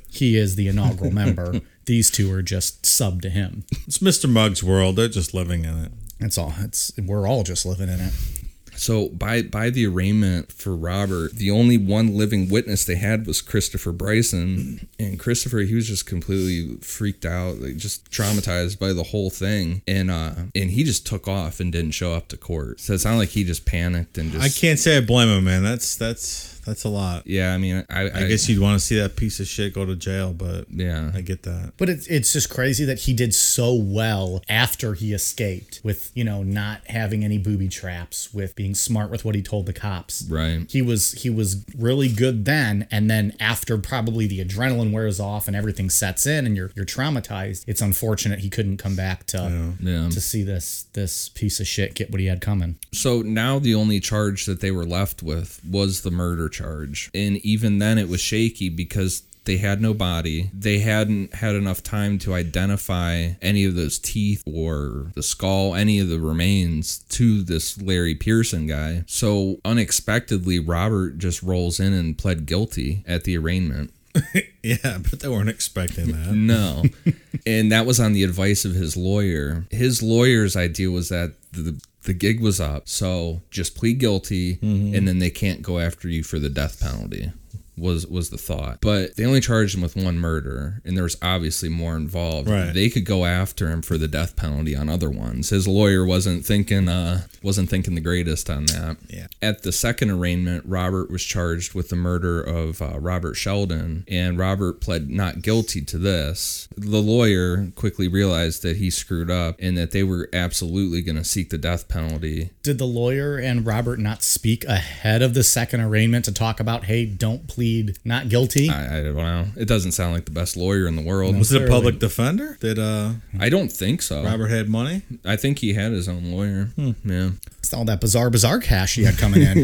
B: he is the inaugural member. These two are just sub to him.
A: It's Mr. Muggs' world. They're just living in it.
B: That's all. It's we're all just living in it.
C: So by by the arraignment for Robert, the only one living witness they had was Christopher Bryson, and Christopher he was just completely freaked out, like just traumatized by the whole thing, and uh and he just took off and didn't show up to court. So it sounded like he just panicked and just
A: I can't say I blame him, man. That's that's that's a lot.
C: Yeah, I mean, I
A: I guess you'd want to see that piece of shit go to jail, but
C: Yeah.
A: I get that.
B: But it's it's just crazy that he did so well after he escaped with, you know, not having any booby traps, with being smart with what he told the cops.
C: Right.
B: He was he was really good then and then after probably the adrenaline wears off and everything sets in and you're you're traumatized, it's unfortunate he couldn't come back to
C: Yeah.
B: to see this this piece of shit get what he had coming.
C: So now the only charge that they were left with was the murder charge. And even then it was shaky because they had no body. They hadn't had enough time to identify any of those teeth or the skull, any of the remains to this Larry Pearson guy. So unexpectedly, Robert just rolls in and pled guilty at the arraignment.
A: Yeah, but they weren't expecting that.
C: No. and that was on the advice of his lawyer. His lawyer's idea was that the the gig was up, so just plead guilty and then they can't go after you for the death penalty. Was was the thought. But they only charged him with one murder and there was obviously more involved.
A: Right.
C: They could go after him for the death penalty on other ones. His lawyer wasn't thinking uh wasn't thinking the greatest on that.
A: Yeah.
C: At the second arraignment, Robert was charged with the murder of uh, Robert Sheldon, and Robert pled not guilty to this. The lawyer quickly realized that he screwed up and that they were absolutely going to seek the death penalty.
B: Did the lawyer and Robert not speak ahead of the second arraignment to talk about, hey, don't plead not guilty?
C: I, I don't know. It doesn't sound like the best lawyer in the world.
A: Was it a public defender? Did uh
C: I don't think so.
A: Robert Hmm. had money?
C: I think he had his own lawyer. Yeah.
B: It's all that bizarre, bizarre cash he had coming in.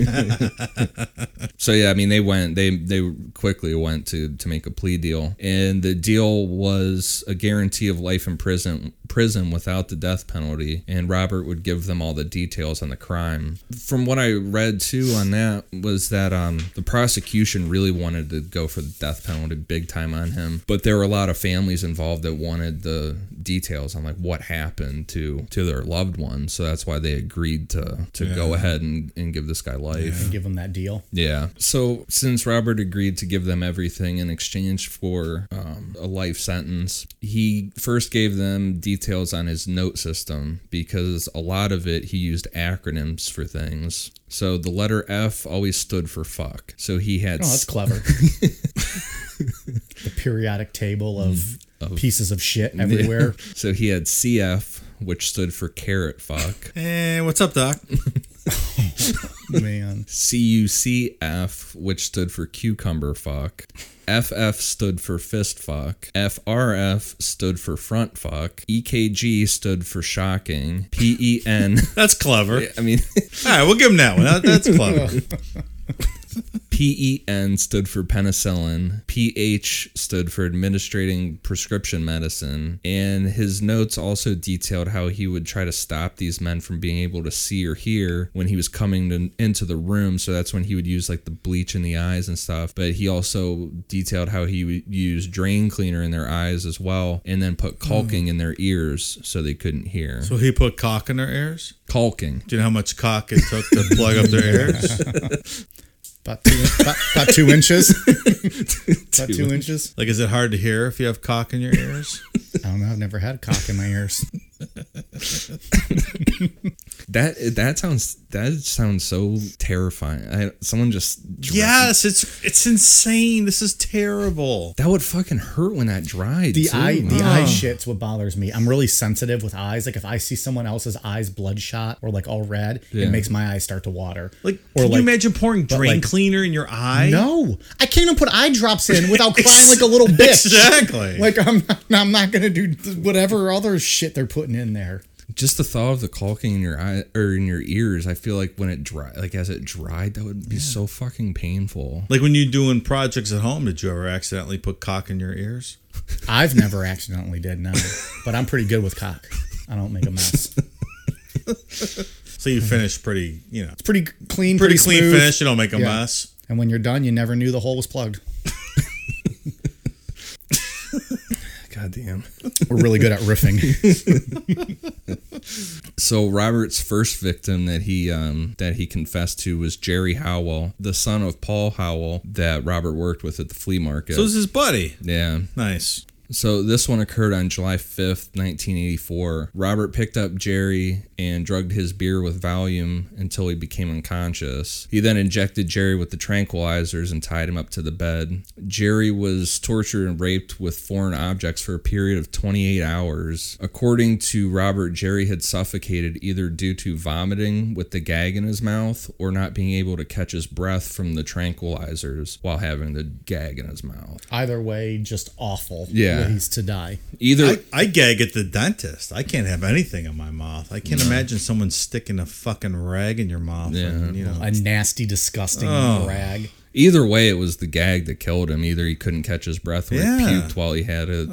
C: So yeah, I mean they went they they quickly went to to make a plea deal, and the deal was a guarantee of life in prison prison without the death penalty, and Robert would give them all the details on the crime. From what I read too on that was that um the prosecution really wanted to go for the death penalty big time on him, but there were a lot of families involved that wanted the details on like what happened to to their loved ones, so that's why they agreed to to go ahead and and give this guy life.
B: give him that deal. Oh,
C: Yeah. So since Robert agreed to give them everything in exchange for um, a life sentence, he first gave them details on his note system because a lot of it he used acronyms for things. So the letter F always stood for fuck. So he had
B: Oh, that's clever. the periodic table of pieces of shit everywhere.
C: so he had CF, which stood for carrot fuck.
A: Eh, what's up, Doc?
B: man.
C: CUCF, which stood for cucumber fuck. FF stood for fist fuck. FRF stood for front fuck. EKG stood for shocking. E PEN,
A: That's clever.
C: I mean,
A: All right, we'll give him that one. That- that's clever.
C: PEN E stood for penicillin. PH stood for administrating prescription medicine. And his notes also detailed how he would try to stop these men from being able to see or hear when he was coming to, into the room. So that's when he would use like the bleach in the eyes and stuff. But he also detailed how he would use drain cleaner in their eyes as well and then put caulking in their ears so they couldn't hear.
A: so he put cock in their ears.
C: caulking.
A: Do you know how much cock it took to plug up their ears?
B: About two, about, about two inches. about two inches.
A: Like, is it hard to hear if you have cock in your ears?
B: I don't know. I've never had cock in my ears.
C: That that sounds that sounds so terrifying. I, someone just
A: yes, it's it's insane. This is terrible.
C: That would fucking hurt when that dried.
B: The
C: too.
B: eye, the eye shit's what bothers me. I'm really sensitive with eyes. Like if I see someone else's eyes bloodshot or like all red,
C: Yeah.
B: it makes my eyes start to water.
A: Like,
B: or
A: can you imagine pouring
B: but,
A: drain
B: like-
A: cleaner in your eye?
B: No, I can't even put eye drops in without crying like a little bitch.
A: Exactly.
B: Like I'm, not, I'm not gonna do whatever other shit they're putting in there.
C: Just the thought of the caulking in your eye or in your ears. I feel like when it dried, like as it dried, that would be so fucking painful.
A: Like when you're doing projects at home, did you ever accidentally put cock in your ears?
B: I've never accidentally did no, but I'm pretty good with cock. I don't make a mess.
A: So you finish pretty, you know,
B: Pretty clean,
A: pretty,
B: pretty,
A: clean
B: smooth.
A: finish. You don't make a
B: Yeah.
A: mess.
B: And when you're done, you never knew the hole was plugged.
C: God damn.
B: We're really good at riffing.
C: So Robert's first victim that he um that he confessed to was Jerry Howell, the son of Paul Howell that Robert worked with at the flea market.
A: So is his buddy.
C: yeah.
A: Nice.
C: So this one occurred on July 5th, 1984. Robert picked up Jerry and drugged his beer with Valium until he became unconscious. He then injected Jerry with the tranquilizers and tied him up to the bed. Jerry was tortured and raped with foreign objects for a period of 28 hours. According to Robert, Jerry had suffocated either due to vomiting with the gag in his mouth or not being able to catch his breath from the tranquilizers while having the gag in his mouth.
B: Either way, just awful.
C: Yeah.
B: ways to die.
C: Either
A: I, I gag at the dentist. I can't have anything in my mouth. I can't imagine someone sticking a fucking rag in your mouth. And, you know,
B: A nasty, disgusting
A: Oh.
B: rag.
C: Either way, it was the gag that killed him. Either he couldn't catch his breath when he
A: Yeah.
C: puked while he had it
A: uh,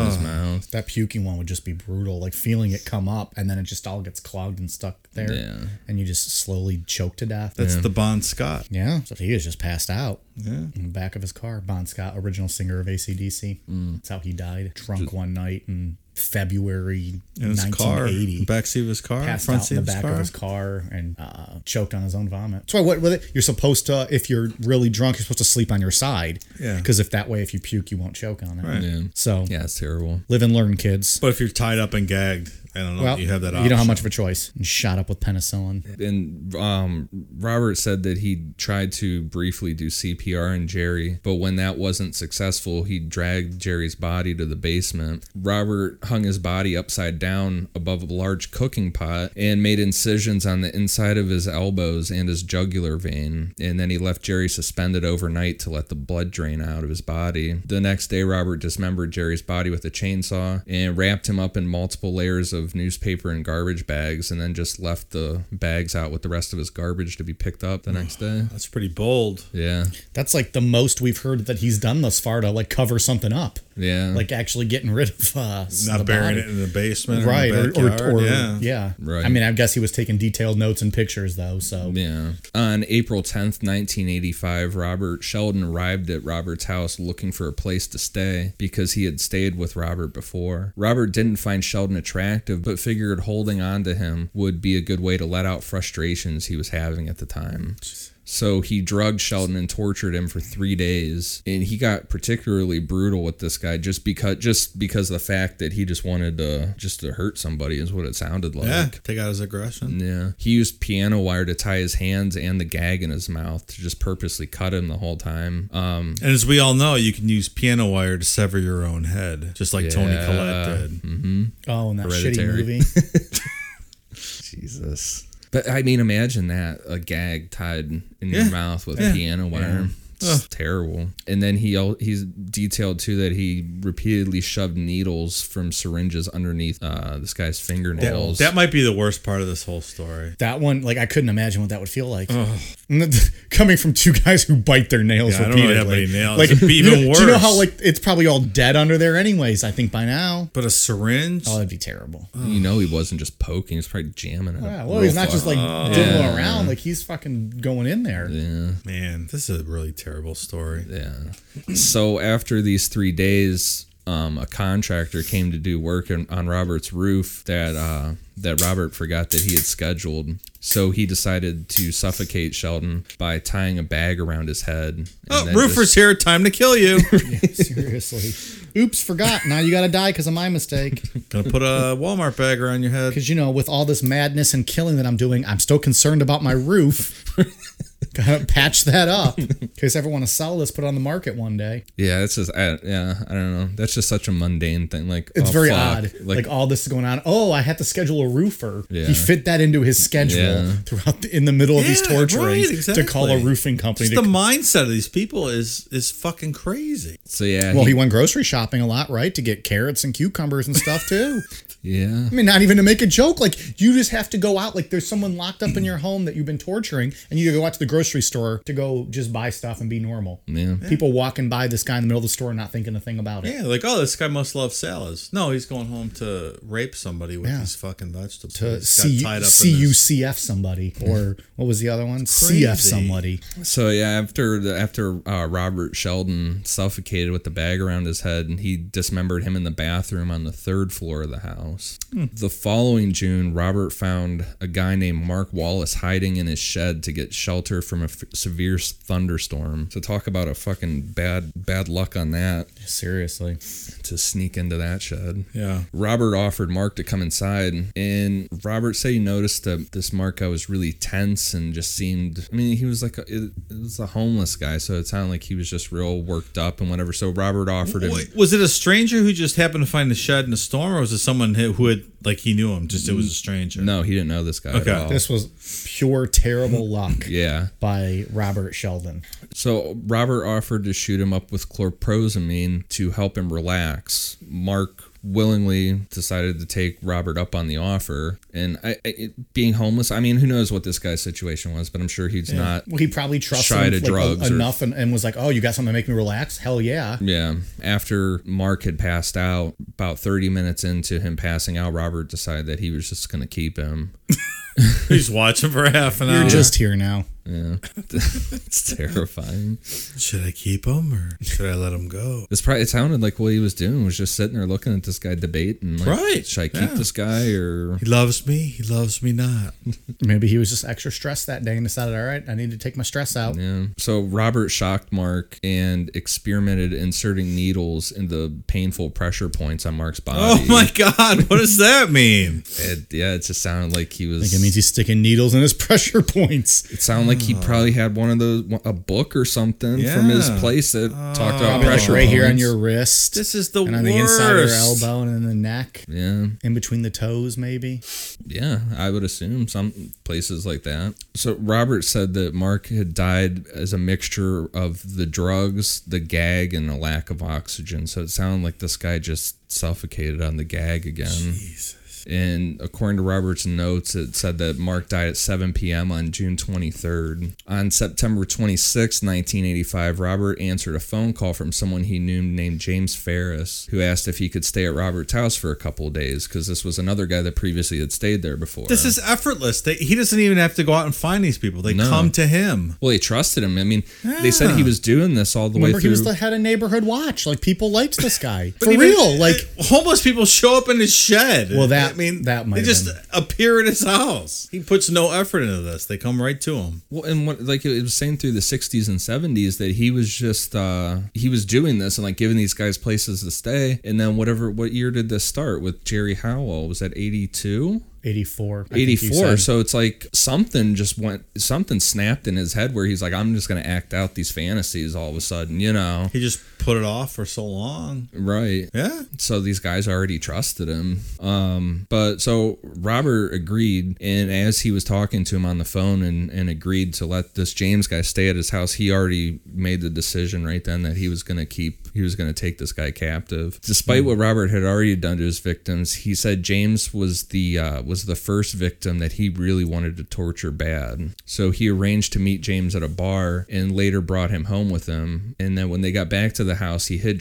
C: in his mouth.
B: That puking one would just be brutal. Like feeling it come up, and then it just all gets clogged and stuck there,
C: Yeah.
B: and you just slowly choke to death.
A: that's the Bon Scott.
B: yeah, so he was just passed out in the back of his car. Bon Scott, original singer of ACDC.
C: Mm.
B: That's how he died. Drunk one night in February
A: In his car,
B: 1980.
A: backseat of his car,
B: passed
A: front
B: out
A: seat
B: in the
A: of his
B: back
A: car.
B: of his car and uh, choked on his own vomit. So what? With it, you're supposed to, if you're really drunk, you're supposed to sleep on your side.
A: Yeah.
B: Because if that way, if you puke, you won't choke on it.
A: Right.
C: Yeah.
B: So
C: Yeah, it's terrible.
B: live and learn, kids.
A: But if you're tied up and gagged, I don't know.
B: Well,
A: if Oh, you have that. Option.
B: You don't have much of a choice. And shot up with penicillin.
C: And um, Robert said that he tried to briefly do CPR on Jerry, but when that wasn't successful, he dragged Jerry's body to the basement. Robert hung his body upside down above a large cooking pot and made incisions on the inside of his elbows and his jugular vein. And then he left Jerry suspended overnight to let the blood drain out of his body. The next day, Robert dismembered Jerry's body with a chainsaw and wrapped him up in multiple layers of newspaper and garbage bags, and then just left the bags out with the rest of his garbage to be picked up the next day.
A: That's pretty bold.
C: Yeah,
B: That's like the most we've heard that he's done thus far to like cover something up.
C: yeah,
B: Like actually getting rid of uh, the
A: Not burying
B: body.
A: it in the basement,
B: Right,
A: Or, in
B: or,
A: the
B: or,
A: backyard.
B: or
A: yeah.
B: yeah.
C: Right.
B: I mean, I guess he was taking detailed notes and pictures though. So
C: Yeah. On April 10th, 1985, Robert Sheldon arrived at Robert's house looking for a place to stay because he had stayed with Robert before. Robert didn't find Sheldon attractive, but figured holding on to him would be a good way to let out frustrations he was having at the time. So he drugged Sheldon and tortured him for three days, and he got particularly brutal with this guy just because just because of the fact that he just wanted to just to hurt somebody is what it sounded like.
A: Yeah, take out his aggression.
C: Yeah. He used piano wire to tie his hands and the gag in his mouth to just purposely cut him the whole time. Um,
A: And as we all know, you can use piano wire to sever your own head, just like Tony
C: Yeah.
A: Collette did.
B: oh, and that shitty
C: Hereditary.
B: movie.
C: Jesus. But I mean, imagine that a gag tied in your mouth with piano wire. It's terrible. And then he al- he's detailed too that he repeatedly shoved needles from syringes underneath uh, this guy's fingernails.
A: That might be the worst part of this whole story.
B: That one, like, I couldn't imagine what that would feel like. Coming from two guys who bite their nails
A: Yeah, I don't
B: repeatedly.
A: really have any nails.
B: Like,
A: It'd be
B: you know-
A: even
B: Do you know
A: worse.
B: how like it's probably all dead under there, anyways? I think by now.
A: But a syringe?
B: Oh, that'd be terrible.
C: you know, he wasn't just poking; he was probably jamming it.
B: Yeah, well, he's
C: real
B: not just
C: far.
B: like diddling around. Like he's fucking going in there.
A: Man, this is a really terrible story.
C: so after these three days, um, a contractor came to do work in, on Robert's roof that uh, that Robert forgot that he had scheduled. So he decided to suffocate Sheldon by tying a bag around his head. and
A: Oh,
C: then
A: roofer's
C: just-
A: here. Time to kill you.
B: Seriously. Oops, forgot. Now you got to die because of my mistake.
A: Gonna put a Walmart bag around your head.
B: Because you know, with all this madness and killing that I'm doing, I'm still concerned about my roof. Gotta patch that up. In case I ever want to sell this, put it on the market one day.
C: Yeah, that's just I, yeah. I don't know. That's just such a mundane thing. Like
B: It's
C: oh,
B: very
C: fuck.
B: odd. Like,
C: Like,
B: all this is going on. Oh, I had to schedule a roofer.
C: Yeah.
B: He fit that into his schedule
C: Yeah.
B: throughout the, in the middle of these
A: Yeah,
B: torturings
A: right,
B: to call a
A: exactly.
B: roofing company.
A: Just
B: to,
A: the mindset of these people is is fucking crazy.
C: so yeah.
B: well,
C: he-
B: he went grocery shopping a lot, right? To get carrots and cucumbers and stuff too.
C: yeah.
B: I mean, not even to make a joke. Like, you just have to go out. Like, there's someone locked up in your home that you've been torturing, and you go out to the grocery store to go just buy stuff and be normal.
C: Yeah.
B: People walking by this guy in the middle of the store, not thinking a thing about it.
A: Yeah, like oh, this guy must love salads. No, he's going home to rape somebody with these fucking vegetables.
B: To
A: He's got
B: C-
A: tied up in this-
B: CUCF somebody, or what was the other one? CF
A: crazy.
B: somebody.
C: So yeah, after the, after uh, Robert Sheldon suffocated with the bag around his head, and he dismembered him in the bathroom on the third floor of the house. The following June, Robert found a guy named Mark Wallace hiding in his shed to get shelter from a f- severe s- thunderstorm. So talk about a fucking bad bad luck on that
B: Seriously.
C: to sneak into that shed.
A: Yeah.
C: Robert offered Mark to come inside, and Robert said he noticed that this Mark guy was really tense and just seemed. I mean, he was like a, it, it was a homeless guy, so it sounded like he was just real worked up and whatever. So Robert offered him.
A: Wait, was it a stranger who just happened to find the shed in a storm, or was it someone who who had like he knew him? Just it was a stranger.
C: No, he didn't know this guy
A: Okay.
C: at all.
B: This was pure terrible luck
C: yeah.
B: by Robert Sheldon.
C: So Robert offered to shoot him up with chlorprozamine to help him relax. Mark willingly decided to take Robert up on the offer. And I, I, it- being homeless, I mean, who knows what this guy's situation was, but I'm sure he's not.
B: Well, he probably trusted
C: Tried
B: him
C: to
B: like,
C: drugs or-
B: enough and, and was like, oh, you got something to make me relax? Hell yeah.
C: Yeah. After Mark had passed out, about 30 minutes into him passing out, Robert decided that he was just going to keep him.
A: he's watching for half an hour.
B: You're just here now.
C: It's terrifying.
A: should I keep him or should I let him go?
C: It's probably, it sounded like what he was doing was just sitting there looking at this guy debating. Like,
A: Right,
C: Should I keep
A: yeah.
C: this guy or.
A: He loves me. He loves me not.
B: Maybe he was just extra stressed that day and decided, all right, I need to take my stress out.
C: Yeah. So Robert shocked Mark and experimented inserting needles into painful pressure points on Mark's body.
A: Oh my god, what does that mean?
C: It, yeah, it just sounded like he
B: Like
C: was.
B: it means he's sticking needles in his pressure points.
C: it sounded like he probably had one of those a book or something from his
A: Oh. Yeah. Oh.
C: place that talked about
B: Probably like right
C: pressure
B: here on
C: points.
B: your wrist.
A: This is the
B: and on the inside of your
A: worst.
B: elbow and in the neck,
C: Yeah,
B: in between the toes, maybe.
C: yeah, I would assume some places like that. So Robert said that Mark had died as a mixture of the drugs, the gag, and a lack of oxygen. So it sounded like this guy just suffocated on the gag again. And according to Robert's notes, it said that Mark died at 7 p.m. on June 23rd. On September 26, 1985, Robert answered a phone call from someone he knew named James Ferris, who asked if he could stay at Robert's house for a couple of days because this was another guy that previously had stayed there before.
A: This is effortless. They, he doesn't even have to go out and find these people. They come to him.
C: well, they trusted him. I mean, they said he was doing this all the
B: Remember, he
C: way through.
B: was the head of neighborhood watch. Like people liked this guy for
A: Even-
B: real. Like
A: homeless people show up in his shed.
B: Well, that-
A: I mean,
B: that might
A: they
B: have
A: just
B: been-
A: appear at his house. He puts no effort into this. They come right to him.
C: Well, and what like it was saying through the '60s and '70s that he was just uh he was doing this and like giving these guys places to stay. And then whatever, what year did this start with Jerry Howell? Was that '82?
B: 84. I think you
C: 84
B: said.
C: so it's like something just went something snapped in his head where he's like i'm just gonna act out these fantasies all of a sudden you know
A: He just put it off for so long.
C: right
A: Yeah.
C: so these guys already trusted him um but so robert agreed and as he was talking to him on the phone and and agreed to let this james guy stay at his house he already made the decision right then that he was going to keep he was going to take this guy captive despite what robert had already done to his victims he said james was the uh, was the first victim that he really wanted to torture bad so he arranged to meet james at a bar and later brought him home with him and then when they got back to the house he hid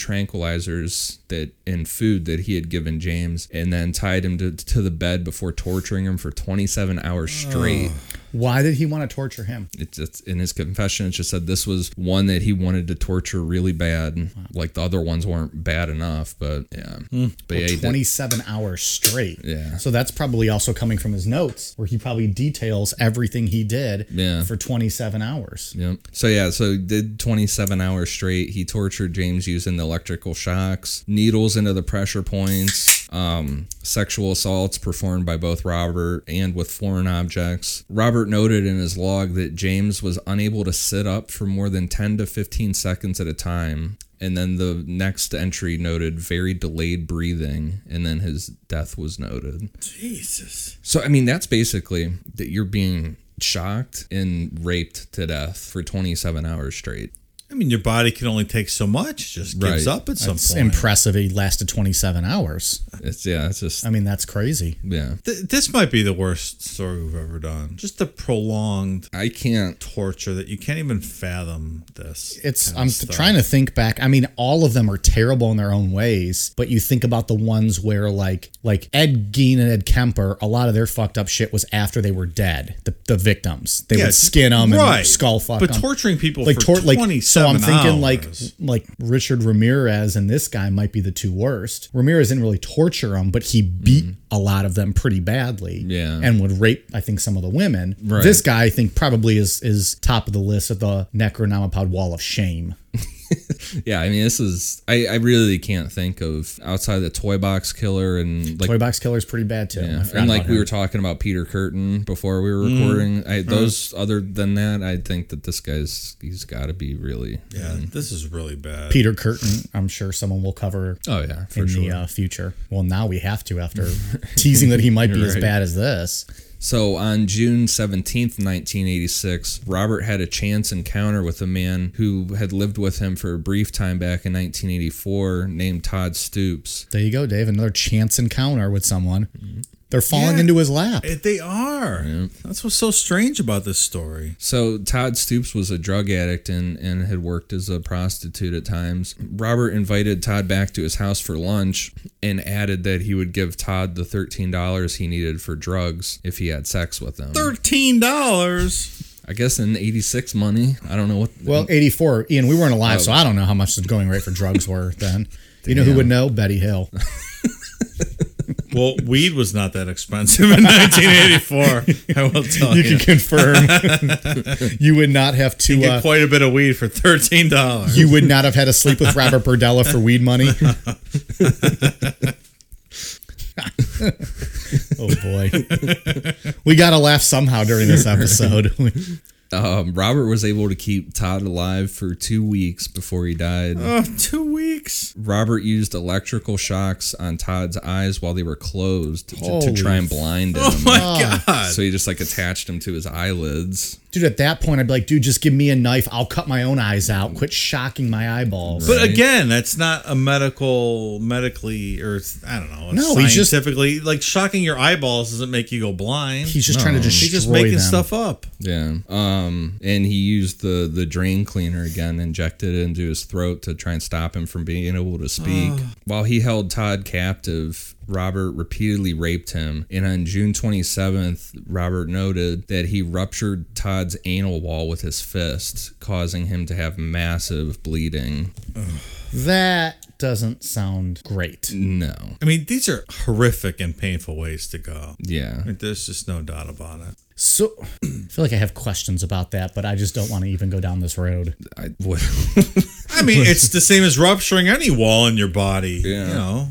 C: tranquilizers that and food that he had given james and then tied him to, to the bed before torturing him for 27 hours straight
B: Why did he want to torture him?
C: it's just in his confession it just said this was one that he wanted to torture really bad like the other ones weren't bad enough but yeah but yeah, he did-
B: 27 hours straight.
C: Yeah.
B: So that's probably also coming from his notes where he probably details everything he did
C: Yeah.
B: for 27 hours.
C: Yep. So yeah, so he did 27 hours straight. He tortured James using the electrical shocks, needles into the pressure points, um, sexual assaults performed by both Robert and with foreign objects. Robert noted in his log that James was unable to sit up for more than 10 to 15 seconds at a time. And then the next entry noted very delayed breathing, and then his death was noted.
A: Jesus.
C: So I mean, that's basically that you're being shocked and raped to death for 27 hours straight.
A: I mean, your body can only take so much. It Just gives
C: Right.
A: up at some
B: That's
A: point.
B: impressive. He lasted 27 hours.
C: It's yeah, it's just
B: I mean, that's crazy.
C: yeah.
A: Th- this might be the worst story we've ever done. Just the prolonged
C: I can't.
A: torture that you can't even fathom. This.
B: It's
A: kind of
B: I'm
A: stuff.
B: trying to think back. I mean, all of them are terrible in their own ways, but you think about the ones where like like Ed Gein and Ed Kemper, a lot of their fucked up shit was after they were dead. The, the victims, they would skin them and skull fuck
A: But
B: 'em.
A: torturing people
B: like
A: for
B: tor- like so
A: 27
B: I'm thinking
A: hours.
B: like like Richard Ramirez and this guy might be the two worst. Ramirez didn't really torture them, but he beat a lot of them pretty badly.
C: Mm-hmm. Yeah.
B: and would rape I think some of the women.
C: Right.
B: This guy I think probably is is top of the list at the Necronomicon Wall of Shame.
C: Yeah, I mean, this is. I I really can't think of outside the toy box killer and like.
B: Toy box killer's pretty bad too. I Mm.
C: yeah.
B: forgot
C: And like
B: about
C: we
B: him.
C: were talking about Peter Curtin before we were recording, I, those other than that, I think that this guy's he's got to be really.
A: yeah, this is really bad.
B: Peter Curtin. I'm sure someone will cover
C: Oh yeah, for
B: in
C: sure.
B: the uh, future. Well, now we have to after teasing that he might be as
C: Right.
B: bad as this.
C: So on June 17th, 1986, Robert had a chance encounter with a man who had lived with him for a brief time back in 1984 named Todd Stoops.
B: There you go, Dave. Another chance encounter with someone. They're falling into his lap.
A: Mm-hmm. It- they are. That's what's so strange about this story.
C: So Todd Stoops was a drug addict and, and had worked as a prostitute at times. Robert invited Todd back to his house for lunch and added that he would give Todd the $13 he needed for drugs if he had sex with him.
A: Thirteen dollars.
C: I guess in 86 money. I don't know what
B: Well, 84, Ian, we weren't alive,
A: Oh.
B: so I don't know how much the going rate for drugs were then. You know who would know? Betty Hill.
A: well, weed was not that expensive in 1984. I will tell
B: You
A: you.
B: can confirm. you would not have
A: You
B: to.
A: get
B: Uh,
A: quite a bit of weed for thirteen dollars.
B: you would not have had a sleep with Robert Burdella for weed money. oh boy, we got to laugh somehow during this episode.
C: Um, Robert was able to keep Todd alive for two weeks before he died.
A: Oh, two weeks.
C: Robert used electrical shocks on Todd's eyes while they were closed to, to
B: Holy
C: try and blind him.
A: Oh My God.
C: so he just like attached him to his eyelids.
B: dude, at that point, I'd be like, dude, just give me a knife. I'll cut my own eyes out. Quit shocking my eyeballs.
A: But again, that's not a medical, medically, or it's- I don't know.
B: No,
A: No,
B: he's just-
A: scientifically like shocking your eyeballs doesn't make you go blind.
B: He's just trying to destroy
A: He's just making
B: them.
A: stuff up.
C: Yeah. Um, and he used the the drain cleaner again, injected it into his throat to try and stop him from being able to speak. While he held Todd captive, Robert repeatedly raped him. And on June 27th, Robert noted that he ruptured Todd's anal wall with his fist, causing him to have massive bleeding.
B: That doesn't sound great.
C: No.
A: I mean, these are horrific and painful ways to go.
C: Yeah.
A: Like, There's just no doubt about it.
B: So I feel like I have questions about that, but I just don't want to even go down this road.
C: I would.
A: I mean, it's the same as rupturing any wall in your body. You
C: Yeah.
A: know,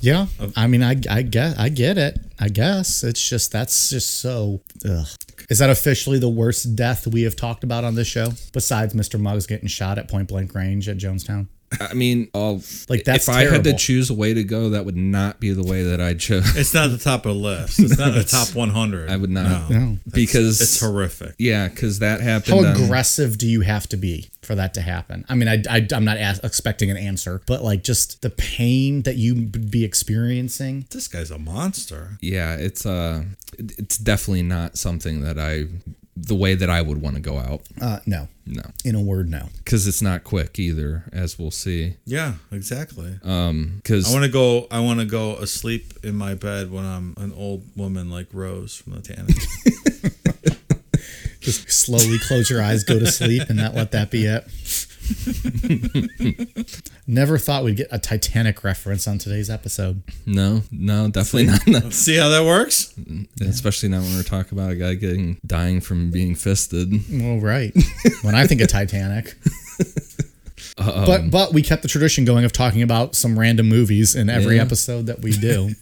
B: Yeah, I mean, I, I get, I get it. I guess it's just that's just so. Ugh. Is that officially the worst death we have talked about on this show, besides Mr. Muggs getting shot at point blank range at Jonestown?
C: I mean, I'll,
B: Like, that's
C: if I had to
B: terrible.
C: choose a way to go, that would not be the way that I chose.
A: It's not the top of the list. It's not the top 100.
C: I would not
A: No.
C: because
A: It's horrific.
C: yeah, because that
B: How
C: happened. on-
B: aggressive do you have to be for that to happen? I mean, I, I I'm not as expecting an answer, but like just the pain that you would be experiencing.
A: This guy's a monster.
C: yeah, it's uh, it- it's definitely not something that I the way that I would want to go out
B: Uh, no,
C: No.
B: In a word, no.
C: because it's not quick either, as we'll see.
A: Yeah, exactly.
C: Uh,
A: I
C: Because
A: want to go. I want to go asleep in my bed when I'm an old woman like Rose from the Titanic.
B: Just slowly close your eyes, go to sleep, and not let that be it. Never thought we'd get a Titanic reference on today's episode.
C: no, no, definitely not. not-
A: See how that works?
C: Especially not when we're talking about a guy getting dying from being fisted.
B: Well, right. when I think of Titanic. But but we kept the tradition going of talking about some random movies in every
C: Yeah.
B: episode that we do.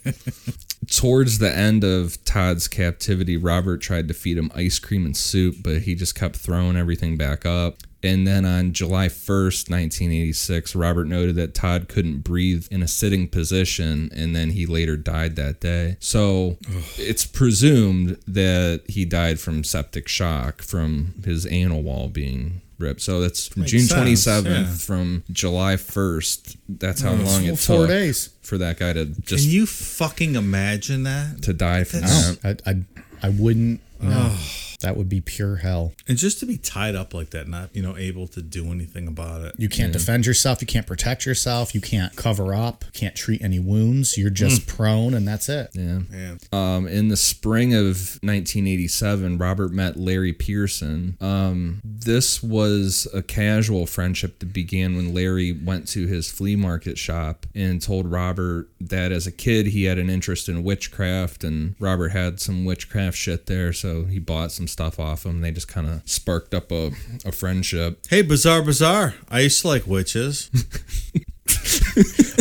C: Towards the end of Todd's captivity, Robert tried to feed him ice cream and soup, but he just kept throwing everything back up. And then on July 1st, 1986, Robert noted that Todd couldn't breathe in a sitting position, and then he later died that day. So it's presumed that he died from septic shock from his anal wall being ripped. So that's from
A: Makes
C: June
A: sense,
C: 27th,
A: yeah.
C: from July 1st. That's how long it
B: four
C: took
B: days.
C: for that guy to just
A: Can you fucking imagine that?
C: to die from
A: That's-
C: that.
B: I I, I wouldn't no. that would be pure hell.
A: And just to be tied up like that, not you know able to do anything about it.
B: You can't defend yourself, you can't protect yourself, you can't cover up, can't treat any wounds. You're just prone and that's it.
C: Yeah.
A: Man.
C: Um, in the spring of 1987, Robert met Larry Pearson. Um, this was a casual friendship that began when Larry went to his flea market shop and told Robert that as a kid he had an interest in witchcraft, and Robert had some witchcraft shit there, so he bought some stuff off him. They just kind of sparked up a, a friendship.
A: Hey, bizarre, bizarre. I used to like witches.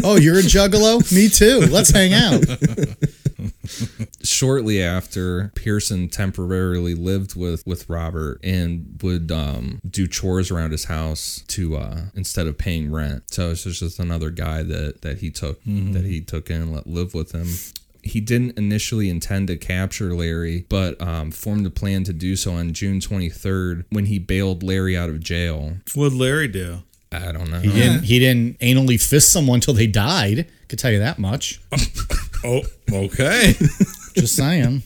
B: Oh, you're a juggalo? Me too. Let's hang out.
C: shortly after Pearson temporarily lived with with Robert and would um, do chores around his house to uh, instead of paying rent. So it's just just another guy that that he took
B: Mm-hmm.
C: that he took in and let live with him. He didn't initially intend to capture Larry, but um, formed a plan to do so on June 23rd when he bailed Larry out of jail.
A: What'd Larry do?
C: I don't know.
B: He didn't, he didn't anally fist someone till they died. Could tell you that much.
A: Oh, okay.
B: Just saying.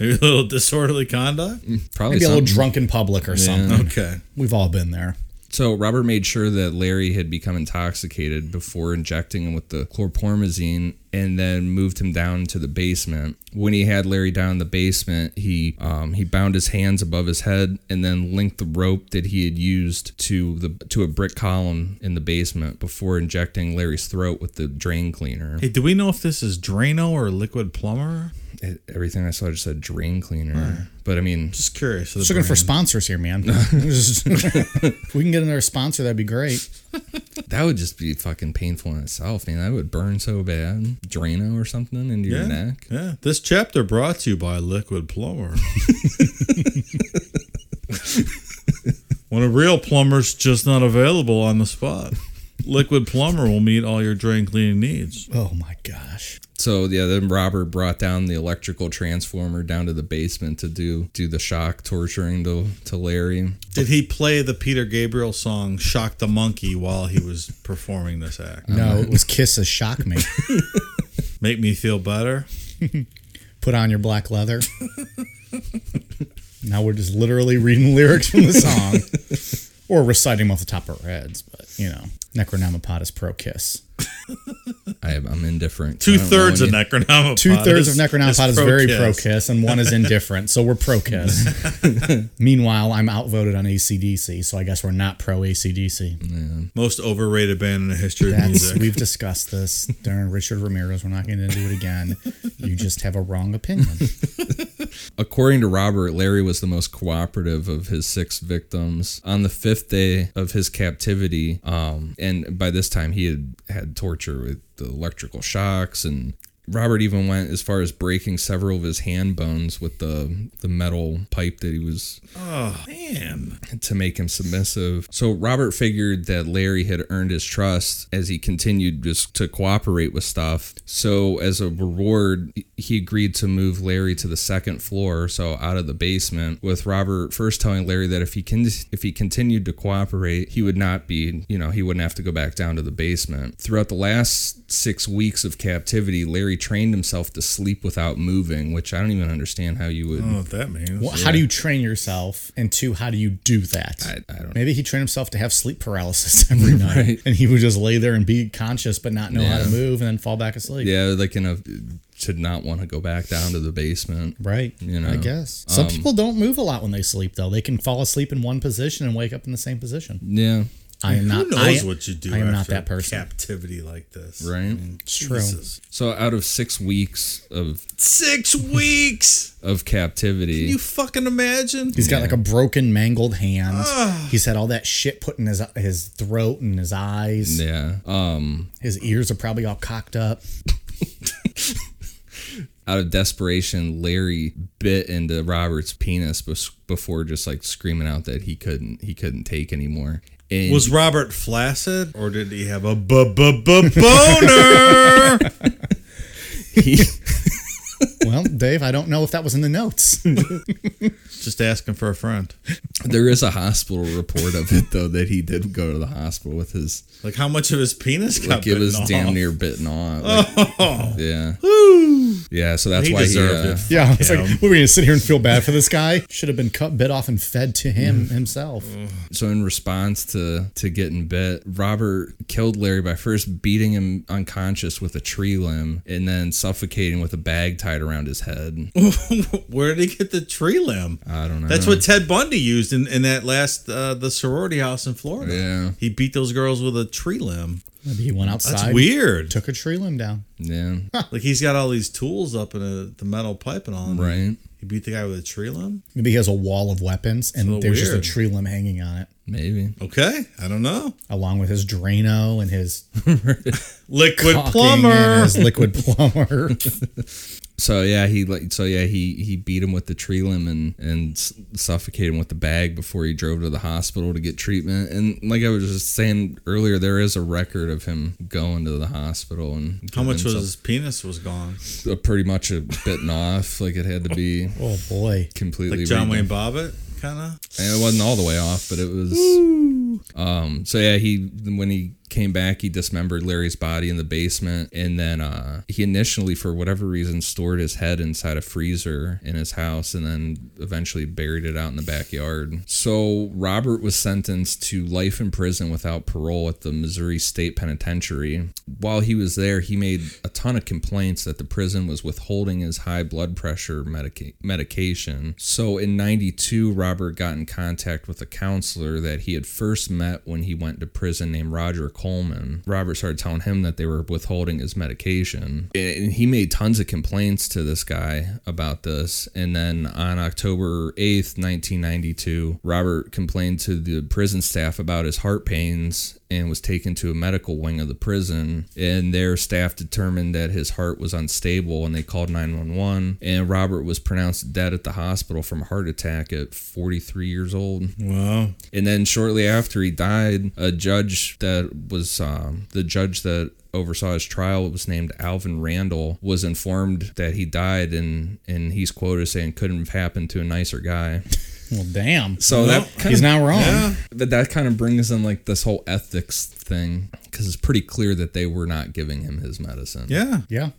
A: Maybe a little disorderly conduct.
C: Probably
B: Maybe a little
C: something-
B: drunk in public or something.
A: Okay.
B: We've all been there.
C: So Robert made sure that Larry had become intoxicated before injecting him with the chlorpromazine and then moved him down to the basement. When he had Larry down in the basement, he um, he bound his hands above his head and then linked the rope that he had used to the to a brick column in the basement before injecting Larry's throat with the drain cleaner.
A: Hey, do we know if this is Drano or Liquid Plumber?
C: It- E, everything I saw just said drain cleaner, but I mean,
A: Just curious. of the
B: Just looking for
A: brand.
B: sponsors here, man. if we can get another sponsor, that'd be great.
C: that would just be fucking painful in itself, man. That would burn so bad, Drano or something into your
A: yeah.
C: neck.
A: Yeah. This chapter brought to you by Liquid Plumber. when a real plumber's just not available on the spot, Liquid Plumber will meet all your drain cleaning needs.
B: Oh my gosh.
C: So yeah, then Robert brought down the electrical transformer down to the basement to do do the shock torturing to to Larry.
A: Did he play the Peter Gabriel song Shock the Monkey while he was performing this act?
B: No, it was kisses shock me.
A: Make me feel better?
B: Put on your black leather. now we're just literally reading lyrics from the song. or reciting them off the top of our heads, but you know. Necronomipod is pro kiss.
C: I am, I'm indifferent.
A: Two thirds of
C: that.
A: Necronomicon.
B: Two thirds of Necronomicon is, very
A: pro-kiss.
B: pro kiss, and one is indifferent. So we're pro kiss. Meanwhile, I'm outvoted on ACDC, so I guess we're not pro ACDC.
A: Most overrated band in the history of
B: That's
A: music.
B: we've discussed this during Richard Ramirez. We're not going to do it again. You just have a wrong opinion.
C: According to Robert, Larry was the most cooperative of his six victims. On the fifth day of his captivity, um, and by this time he had had torture with the electrical shocks, and Robert even went as far as breaking several of his hand bones with the the metal pipe that he was
A: Man.
C: to make him submissive. So Robert figured that Larry had earned his trust as he continued just to cooperate with stuff. So as a reward, he agreed to move Larry to the second floor, so out of the basement, with Robert first telling Larry that if he can if he continued to cooperate, he would not be, you know, he wouldn't have to go back down to the basement. Throughout the last 6 weeks of captivity, Larry trained himself to sleep without moving, which I don't even understand how you would
A: I don't know what that means.
B: Well, How do you train yourself? And two, how do you do that?
C: I- I don't-
B: Maybe he trained himself to have sleep paralysis every night, and he would just lay there and be conscious but not know how to move, and then fall back asleep.
C: Yeah, like in a to not want to go back down to the basement.
B: Right.
C: You know, um,
B: I guess. Some people don't move a lot when they sleep, though. They can fall asleep in one position and wake up in the same position.
C: Yeah,
B: I am not.
A: Who knows
B: I,
A: what you do
B: I am not
A: after
B: that person.
A: captivity like this?
C: right.
B: It's true.
A: Jesus.
C: So out of six weeks of
A: Six weeks.
C: of captivity,
A: Can you fucking imagine?
B: He's got like a broken, mangled hand.
C: Ah.
B: He's had all that shit put in his his throat and his eyes.
C: yeah, um,
B: His ears are probably all cocked up.
C: out of desperation, Larry bit into Robert's penis bes- before just like screaming out that he couldn't he couldn't take anymore. And
A: Was Robert flaccid or did he have a bu- bu- bu- boner?
C: he,
B: Well, Dave, I don't know if that was in the notes.
A: Just asking for a friend.
C: there is a hospital report of it though that he did go to the hospital with his
A: Like how much of his penis got
C: like it was
A: bitten
C: damn
A: off? Oh.
C: near bitten off. Like, Yeah, yeah. So that's
A: He
C: why
A: deserved
C: he, uh,
A: it.
B: Yeah, it's
A: Yeah.
B: like we're gonna sit here and feel bad for this guy. Should have been cut, bit off, and fed to him himself.
C: So in response to to getting bit, Robert killed Larry by first beating him unconscious with a tree limb and then suffocating with a bag tied around his head.
A: Where did he get the tree limb?
C: I don't know.
A: That's what Ted Bundy used in, in that last uh, the sorority house in Florida.
C: Yeah.
A: He beat those girls with a tree limb.
B: Maybe he went
A: That's
B: outside,
A: weird.
B: took a tree limb down.
C: Yeah.
A: Like he's got all these tools up in a, the metal pipe and all. and
C: Right.
A: He beat the guy with a tree limb.
B: Maybe he has a wall of weapons, and
A: So
B: there's just a
A: weird.
B: tree limb hanging on it,
C: Maybe.
A: Okay, I don't know.
B: along with his Drano and his
A: Liquid
B: caulking and
A: plumber.
B: his liquid plumber.
C: So yeah, he like so yeah, he he beat him with the tree limb and and s- suffocated him with the bag before he drove to the hospital to get treatment. And like I was just saying earlier, there is a record of him going to the hospital and
A: How much was
C: giving
A: his penis was gone?
C: himself- uh, pretty much a bitten off. Like it had to be
B: oh boy,
C: completely
A: Like John
C: redone.
A: Wayne Bobbitt, kind of.
C: And it wasn't all the way off, but it was. Um. So yeah, he when he came back, he dismembered Larry's body in the basement, and then uh, he initially, for whatever reason, stored his head inside a freezer in his house, and then eventually buried it out in the backyard. So Robert was sentenced to life in prison without parole at the Missouri State Penitentiary. While he was there, he made a ton of complaints that the prison was withholding his high blood pressure medica- medication. So in 92, Robert got in contact with a counselor that he had first met when he went to prison named Roger Coleman. Robert started telling him that they were withholding his medication. And he made tons of complaints to this guy about this. And then on October 8th, 1992, Robert complained to the prison staff about his heart pains and was taken to a medical wing of the prison. And their staff determined that his heart was unstable and they called 911. And Robert was pronounced dead at the hospital from a heart attack at 43 years old.
A: Wow.
C: And then shortly after he died, a judge that was um, the judge that oversaw his trial was named Alvin Randall was informed that he died and and he's quoted as saying couldn't have happened to a nicer guy.
B: well damn,
C: So that kind
B: he's
C: of
B: not wrong.
C: that, that kind of brings in like this whole ethics thing because it's pretty clear that they were not giving him his medicine.
A: Yeah.
B: Yeah,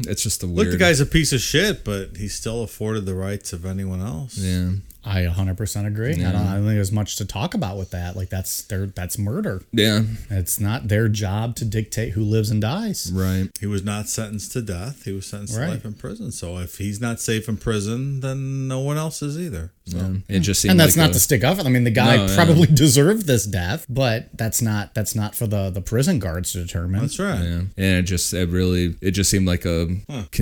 C: It's just a
A: Look,
C: weird
A: the guy's a piece of shit, but he still afforded the rights of anyone else.
C: yeah.
B: I 100% agree. I, don't, I don't think there's much to talk about with that. Like that's their that's murder.
C: Yeah.
B: It's not their job to dictate who lives and dies.
C: Right.
A: He was not sentenced to death. He was sentenced
B: Right.
A: to life in prison. So if he's not safe in prison, then no one else is either. So
C: Um, It just seemed
B: And that's
C: like
B: not
C: a-
B: to stick up. I mean, the guy
C: No, yeah.
B: probably deserved this death, but that's not that's not for the the prison guards to determine.
A: that's right.
C: Yeah. And it just it really it just seemed like a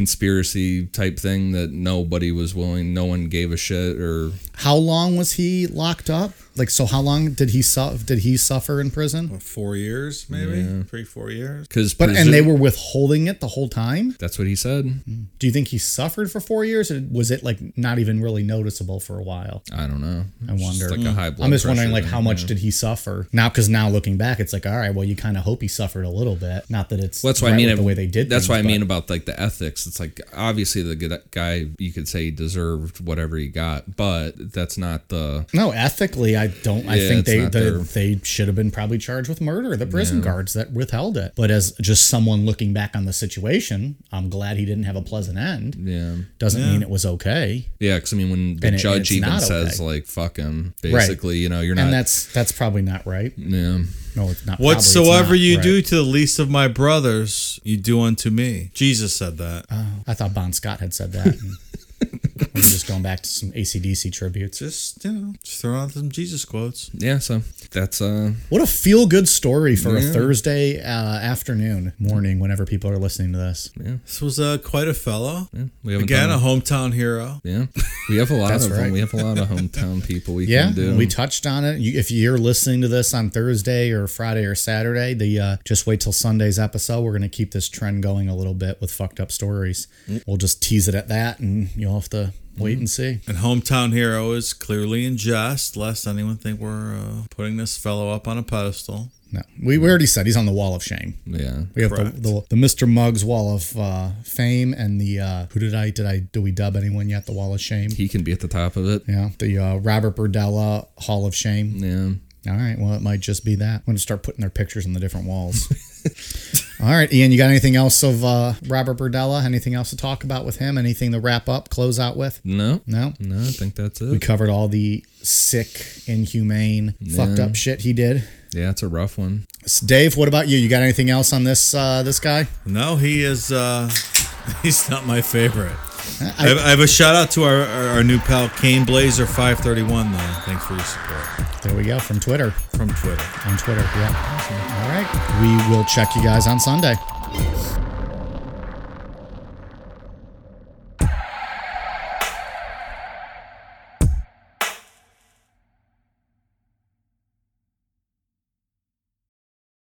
C: conspiracy type thing that nobody was willing, no one gave a shit or
B: How long was he locked up? Like, so how long did he su- did he suffer in prison?
A: Four years, maybe three, four years.
C: because
B: But and they were Mm-hmm. withholding it the whole time.
C: that's what he said.
B: Do you think he suffered for four years, or was it like not even really noticeable for a while?
C: I don't know.
B: I wonder.
C: like a high blood
B: I'm just wondering,
C: pressure
B: like,
C: thing,
B: how much
C: yeah.
B: did he suffer now? Because now looking back, it's like, all right, well, you kind of hope he suffered a little bit. Not that it's
C: Well, that's why I
B: right
C: mean
B: with the way they did.
C: That's
B: things,
C: why I
B: but-
C: mean about like the ethics. It's like obviously the good guy you could say deserved whatever he got, but that's not the
B: No, ethically, I don't. I
C: Yeah,
B: think
C: it's
B: they
C: not
B: they,
C: their-
B: they should have been probably charged with murder. The prison guards that withheld it. But as just someone looking back on the situation, I'm glad he didn't have a pleasant end.
C: yeah
B: Doesn't mean it was okay.
C: yeah. Because I mean when the
B: And it-
C: judge
B: it's
C: even
B: not
C: says
B: okay.
C: like fuck him, basically you know you're not
B: and that's that's probably not right.
C: yeah.
B: No, it's not. probably, it's
A: Whatsoever
B: not
A: you
B: right.
A: do to the least of my brothers, you do unto me. Jesus said that.
B: I thought Bon Scott had said that. and We're just going back to some ACDC tributes.
A: just you know, just throwing out some Jesus quotes.
C: Yeah, so that's uh
B: What a feel good story for a Thursday uh, afternoon, morning, whenever people are listening to this.
A: This was uh, quite a fellow.
C: we haven't
A: Again, a
C: done-
A: hometown hero.
C: Yeah, we have a lot
B: That's
C: of
B: right.
C: them. We have a lot of hometown people. We
B: Yeah,
C: can do.
B: we touched on it. You, if you're listening to this on Thursday or Friday or Saturday, the uh, just wait till Sunday's episode. We're gonna keep this trend going a little bit with fucked up stories. We'll just tease it at that, and you'll have to wait and see.
A: And hometown hero is clearly in jest, lest anyone think we're uh, putting this fellow up on a pedestal.
B: No, we, we already said he's on the wall of shame.
C: yeah,
B: We have the, the, the Mr. Muggs wall of uh, fame and the uh, who did I did I do we dub anyone yet the wall of shame?
C: he can be at the top of it.
B: Yeah, the uh, Robert Burdella Hall of Shame.
C: Yeah,
B: All right. Well, it might just be that. I'm going to start putting their pictures on the different walls. All right, Ian, you got anything else of uh, Robert Burdella? Anything else to talk about with him? Anything to wrap up, close out with?
C: no,
B: No.
C: no, I think that's
B: We
C: it.
B: covered all the sick, inhumane, fucked up shit he did.
C: Yeah, it's a rough one.
B: So Dave, what about you? You got anything else on this uh, this guy?
A: No, he is. Uh, he's not my favorite. I,
B: I-
A: I have a shout out to our, our, our new pal Kane Blazer five thirty one though. Thanks for your support
B: There we go. From Twitter.
A: from Twitter.
B: On Twitter. Yeah. All right. We will check you guys on Sunday.